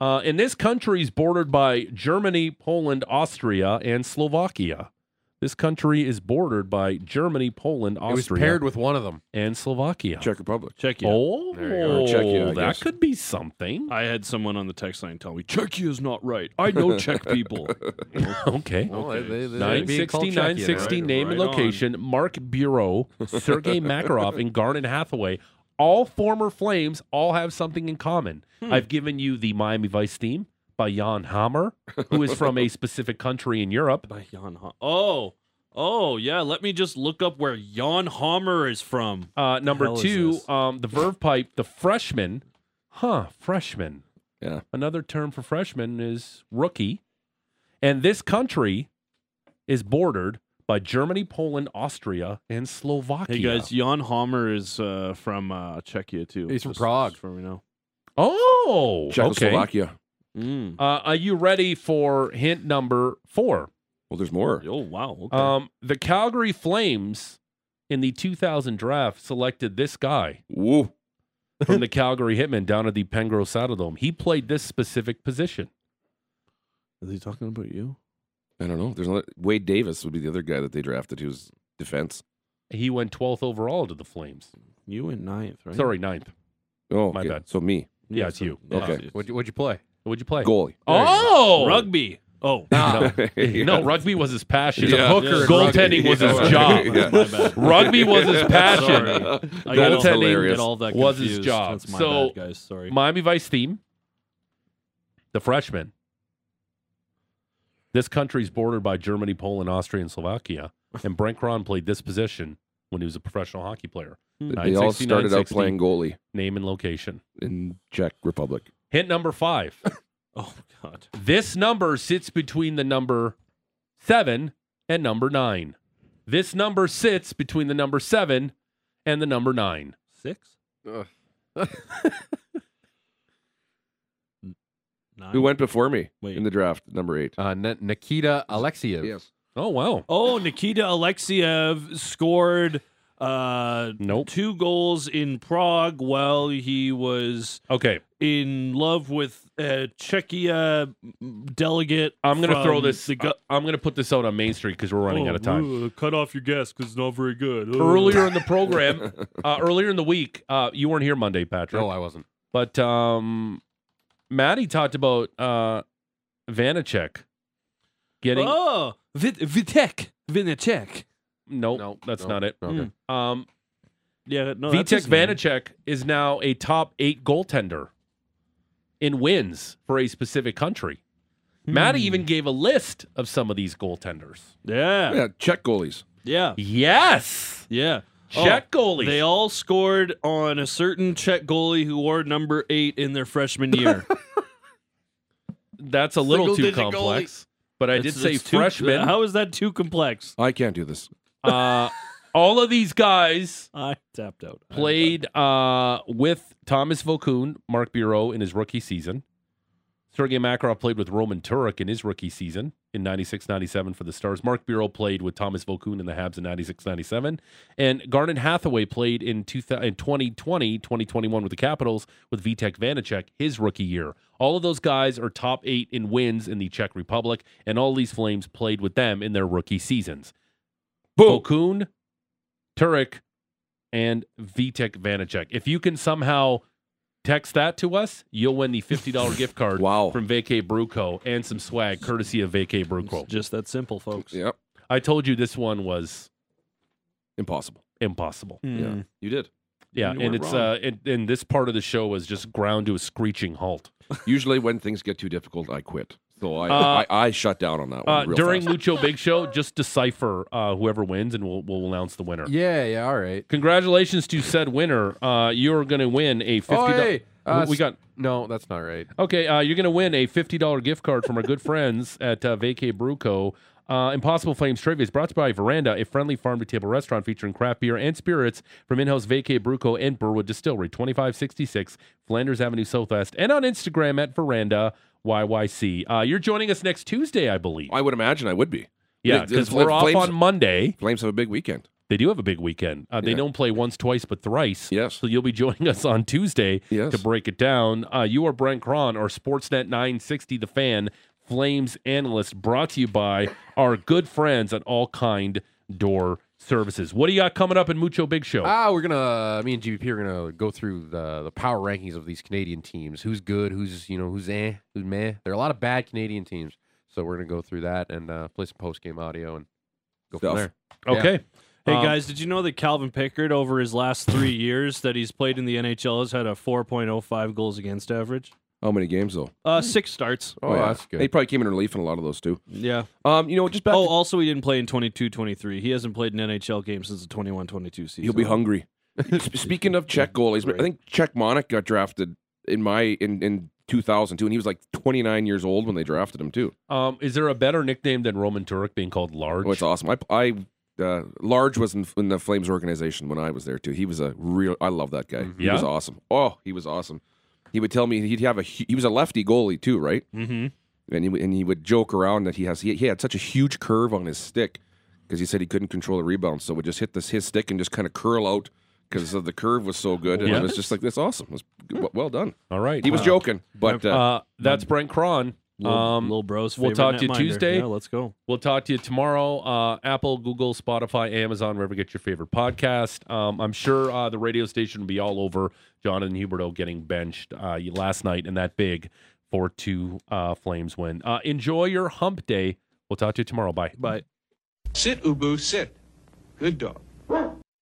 Speaker 2: Uh, and this country is bordered by Germany, Poland, Austria, and Slovakia. This country is bordered by Germany, Poland,
Speaker 5: It was
Speaker 2: Austria,
Speaker 5: paired with one of them.
Speaker 2: and Slovakia.
Speaker 4: Czech Republic.
Speaker 3: Check you.
Speaker 2: Oh,
Speaker 4: go. Czechia,
Speaker 2: that
Speaker 4: I guess.
Speaker 2: could be
Speaker 3: <laughs>
Speaker 2: something. <laughs>
Speaker 3: I had someone on the text line tell me Czechia is not right. I know Czech people.
Speaker 2: okay.
Speaker 5: Oh, they- they- they- they're being called
Speaker 2: 960,
Speaker 5: Czechia now.
Speaker 2: 960,
Speaker 3: Right,
Speaker 2: name and
Speaker 3: right on.
Speaker 2: location, Mark
Speaker 3: <laughs>
Speaker 2: Bureau, Sergei Makarov, and Garnet Hathaway. All former Flames all have something in common.
Speaker 3: Hmm.
Speaker 2: I've given you the Miami Vice theme by Jan Hammer, who is from
Speaker 3: <laughs>
Speaker 2: a specific country in Europe.
Speaker 3: By Jan. Ha- oh, oh yeah. Let me just look up where Jan Hammer is from.
Speaker 2: Uh, number
Speaker 3: hell is
Speaker 2: two,
Speaker 3: this?
Speaker 2: um, the Verve Pipe, the freshman. Huh, freshman.
Speaker 4: Yeah.
Speaker 2: Another term for freshman is rookie. And this country is bordered by Germany, Poland, Austria, and Slovakia.
Speaker 3: Hey guys, Jan Hammer is uh, from uh, Czechia too.
Speaker 5: He's from
Speaker 3: Just-
Speaker 5: Prague.
Speaker 3: just From you know.
Speaker 2: Oh, okay.
Speaker 4: Czechoslovakia.
Speaker 3: Mm.
Speaker 2: Uh, are you ready for hint number four?
Speaker 4: Well, there's more.
Speaker 3: Oh wow. Okay.
Speaker 2: Um, the Calgary Flames in the 2000 draft selected this guy
Speaker 4: Woo.
Speaker 3: <laughs>
Speaker 2: from the Calgary Hitmen down at the Pengrove Saddledome. He played this specific position.
Speaker 3: is he talking about you?
Speaker 4: I don't know. There's another, Wade Davis would be the other guy that they drafted who's defense.
Speaker 2: He went 12th overall to the Flames.
Speaker 3: You in ninth, right?
Speaker 2: Sorry, ninth.
Speaker 4: Oh,
Speaker 2: My
Speaker 4: okay.
Speaker 2: bad.
Speaker 4: So me,
Speaker 2: Yeah, it's you.
Speaker 4: Okay.
Speaker 3: it's-
Speaker 5: What'd you, what'd you play?
Speaker 2: What'd you play?
Speaker 4: goalie.
Speaker 2: Oh,
Speaker 3: Rugby. Oh,
Speaker 2: No.
Speaker 4: <laughs> Yeah.
Speaker 2: no, rugby was his passion.
Speaker 4: Yeah.
Speaker 2: Hooker
Speaker 3: Yeah.
Speaker 2: and goaltending was <laughs> his
Speaker 4: Yeah.
Speaker 2: job.
Speaker 4: <laughs> Yeah.
Speaker 3: my bad.
Speaker 2: Rugby was his passion.
Speaker 3: Sorry. <laughs> I
Speaker 2: That
Speaker 3: got
Speaker 2: is
Speaker 3: all, get
Speaker 4: hilarious.
Speaker 3: all that
Speaker 2: Was his
Speaker 3: confused.
Speaker 2: job.
Speaker 3: That's my
Speaker 2: So-
Speaker 3: bad, guys. Sorry.
Speaker 2: Miami Vice theme. The freshman. This country's bordered by Germany, Poland, Austria, and Slovakia. And Brent Cron played this position when he was a professional hockey player.
Speaker 4: They all
Speaker 2: 960,
Speaker 4: started out
Speaker 2: 960.
Speaker 4: playing goalie
Speaker 2: Name and location.
Speaker 4: in Czech Republic.
Speaker 2: Hint number five.
Speaker 3: oh God.
Speaker 2: This number sits between the number seven and number nine. This number sits between the number seven and the number nine.
Speaker 3: Six. <laughs> Nine.
Speaker 4: Who went before me
Speaker 3: Wait.
Speaker 4: in the draft? Number eight.
Speaker 5: Uh, N- Nikita Alexiev.
Speaker 2: Oh wow!
Speaker 3: Oh, Nikita Alexiev scored uh,
Speaker 2: Nope.
Speaker 3: two goals in Prague while he was
Speaker 2: Okay,
Speaker 3: in love with a Czechia delegate.
Speaker 2: I'm gonna
Speaker 3: from
Speaker 2: throw this.
Speaker 3: The gu-
Speaker 2: I- I'm gonna put this out on Main Street because we're running
Speaker 3: Oh,
Speaker 2: out of time.
Speaker 3: uh, cut off your guess because it's not very good. Uh.
Speaker 2: Earlier in
Speaker 3: <laughs>
Speaker 2: the program, uh, earlier in the week, uh, you weren't here Monday, Patrick.
Speaker 5: No, I wasn't.
Speaker 2: But um, Maddie talked about uh, Vanacek getting.
Speaker 3: Oh, Vit- Vitek Vinacek.
Speaker 4: Oh.
Speaker 2: no,
Speaker 5: No,
Speaker 2: that's
Speaker 5: no,
Speaker 2: not it.
Speaker 5: Okay.
Speaker 2: Um,
Speaker 3: Yeah, no. Oh, that's
Speaker 2: Vitek
Speaker 3: his name.
Speaker 2: Vanacek is now a top eight goaltender in wins for a specific country. Maddie
Speaker 3: Hmm.
Speaker 2: even gave a list of some of these goaltenders.
Speaker 3: Yeah,
Speaker 4: Yeah, Czech goalies.
Speaker 3: yeah,
Speaker 2: Yes,
Speaker 3: yeah. Oh,
Speaker 2: Czech goalies.
Speaker 3: They all scored on a certain Czech goalie who wore number eight in their freshman year.
Speaker 2: That's a little too
Speaker 3: Single-digit
Speaker 2: complex. But I did
Speaker 3: It's-
Speaker 2: say
Speaker 3: it's too-
Speaker 2: freshman.
Speaker 3: how is that too complex?
Speaker 4: I can't do this.
Speaker 2: uh, all of these guys
Speaker 3: I tapped out. I-
Speaker 2: played uh, with Thomas Volkun, Mark Bureau in his rookie season. Sergei Makarov played with Roman Turek in his rookie season in 96 97 for the Stars. Mark Bureau played with Thomas Volkun in the Habs in 96 97. And Garden Hathaway played in 2020 2021 with the Capitals with Vitek Vanacek his rookie year. All of those guys are top eight in wins in the Czech Republic, and all these Flames played with them in their rookie seasons. Boom. Volkun, Turek, and Vitek Vanacek. If you can somehow text that to us, you'll win the
Speaker 4: <laughs>
Speaker 2: $50 gift card
Speaker 4: wow.
Speaker 2: from VK Bruco and some swag courtesy of VK Bruco.
Speaker 3: Just that simple, folks.
Speaker 4: Yep.
Speaker 2: I told you this one was
Speaker 4: Impossible. <laughs>
Speaker 2: impossible.
Speaker 3: Hmm.
Speaker 4: Yeah. You did.
Speaker 2: Yeah,
Speaker 4: You
Speaker 2: and
Speaker 4: weren't
Speaker 2: it's
Speaker 4: wrong.
Speaker 2: uh and, and this part of the show was just ground to a screeching halt.
Speaker 4: Usually, when things get too difficult, I quit. So I,
Speaker 2: Uh,
Speaker 4: I, I shut down on that one.
Speaker 2: Uh,
Speaker 4: real
Speaker 2: during
Speaker 4: fast.
Speaker 2: Lucho
Speaker 4: <laughs>
Speaker 2: Big Show, just decipher uh, whoever wins and we'll we'll announce the winner.
Speaker 5: Yeah, yeah, all right.
Speaker 2: Congratulations to said winner. Uh, you're going to win a $50
Speaker 5: Oh, hey, uh,
Speaker 2: we got
Speaker 5: No, that's not right.
Speaker 2: Okay, uh, you're going to win a $50 gift card from our good friends at uh, VK Bruco. Uh, Impossible Flames Trivia is brought to you by Veranda, a friendly farm to table restaurant featuring craft beer and spirits from in house VK Bruco and Burwood Distillery, 2566 Flanders Avenue Southwest, and on Instagram at Veranda YYC. Uh, you're joining us next Tuesday, I believe.
Speaker 4: I would imagine I would be.
Speaker 2: Yeah,
Speaker 4: The- the
Speaker 2: because we're off
Speaker 4: Flames,
Speaker 2: on Monday.
Speaker 4: Flames have a big weekend.
Speaker 2: They do have a big weekend. Uh, they
Speaker 4: Yeah.
Speaker 2: don't play once, twice, but thrice.
Speaker 4: Yes.
Speaker 2: So you'll be joining <laughs> us on Tuesday
Speaker 4: Yes.
Speaker 2: to break it down. Uh, you are Brent Cron, our Sportsnet 960, the fan, Flames analyst, brought to you by our good friends at All Kind Door Services. What do you got coming up in Mucho Big Show?
Speaker 5: Ah, we're gonna. Me and GVP are gonna go through the the power rankings of these Canadian teams. Who's good? Who's you know who's eh? Who's meh? There are a lot of bad Canadian teams, so we're gonna go through that and uh, play some post game audio and go
Speaker 4: Stuff.
Speaker 5: from there.
Speaker 2: okay.
Speaker 3: Hey
Speaker 2: Um,
Speaker 3: guys, did you know that Calvin Pickard over his last
Speaker 2: <laughs>
Speaker 3: three years that he's played in the NHL has had a 4.05 goals against average?
Speaker 4: How Oh, many games though?
Speaker 3: Uh,
Speaker 2: Hmm.
Speaker 3: six starts.
Speaker 5: Oh, that's good.
Speaker 4: They probably came in relief in a lot of those too.
Speaker 3: Yeah.
Speaker 4: Um, you know, just back.
Speaker 3: Oh, also he didn't play in 22-23. He hasn't played an NHL game since the 21-22 season.
Speaker 4: He'll be
Speaker 2: <laughs>
Speaker 4: hungry. S- Speaking of Czech goalies, I think Czech Monic got drafted in my in in 2002, and he was like 29 years old when they drafted him too.
Speaker 2: Um, is there a better nickname than Roman Turek being called Large?
Speaker 4: Oh, it's awesome. I I. Uh, Large was in, in the Flames organization when I was there too. He was a real. I love that guy. He was
Speaker 2: Yeah?
Speaker 4: awesome. Oh, he was awesome. He would tell me he'd have a. hu- He was a lefty goalie too, right?
Speaker 3: Mm-hmm.
Speaker 4: and he would- and he would joke around that he has he, he had such a huge curve on his stick because he said he couldn't control the rebound, so it would just hit this his stick and just kind of curl out because the curve was so good, and it was just like this awesome. It was w- well done.
Speaker 2: All right.
Speaker 4: He was joking, but uh,
Speaker 2: Uh, that's Brent Cron.
Speaker 3: Little,
Speaker 2: um,
Speaker 3: little bros.
Speaker 2: we'll
Speaker 3: favorite
Speaker 2: talk to you
Speaker 3: netminder.
Speaker 2: Tuesday.
Speaker 3: Yeah, let's go.
Speaker 2: We'll talk to you tomorrow. Uh, Apple, Google, Spotify, Amazon, wherever you get your favorite podcast. Um, I'm sure uh, the radio station will be all over Jonathan Huberto getting benched uh, last night in that big 4 2 uh, Flames win. Uh, enjoy your hump day. We'll talk to you tomorrow. Bye.
Speaker 3: Bye.
Speaker 12: Sit, Ubu, sit. Good dog.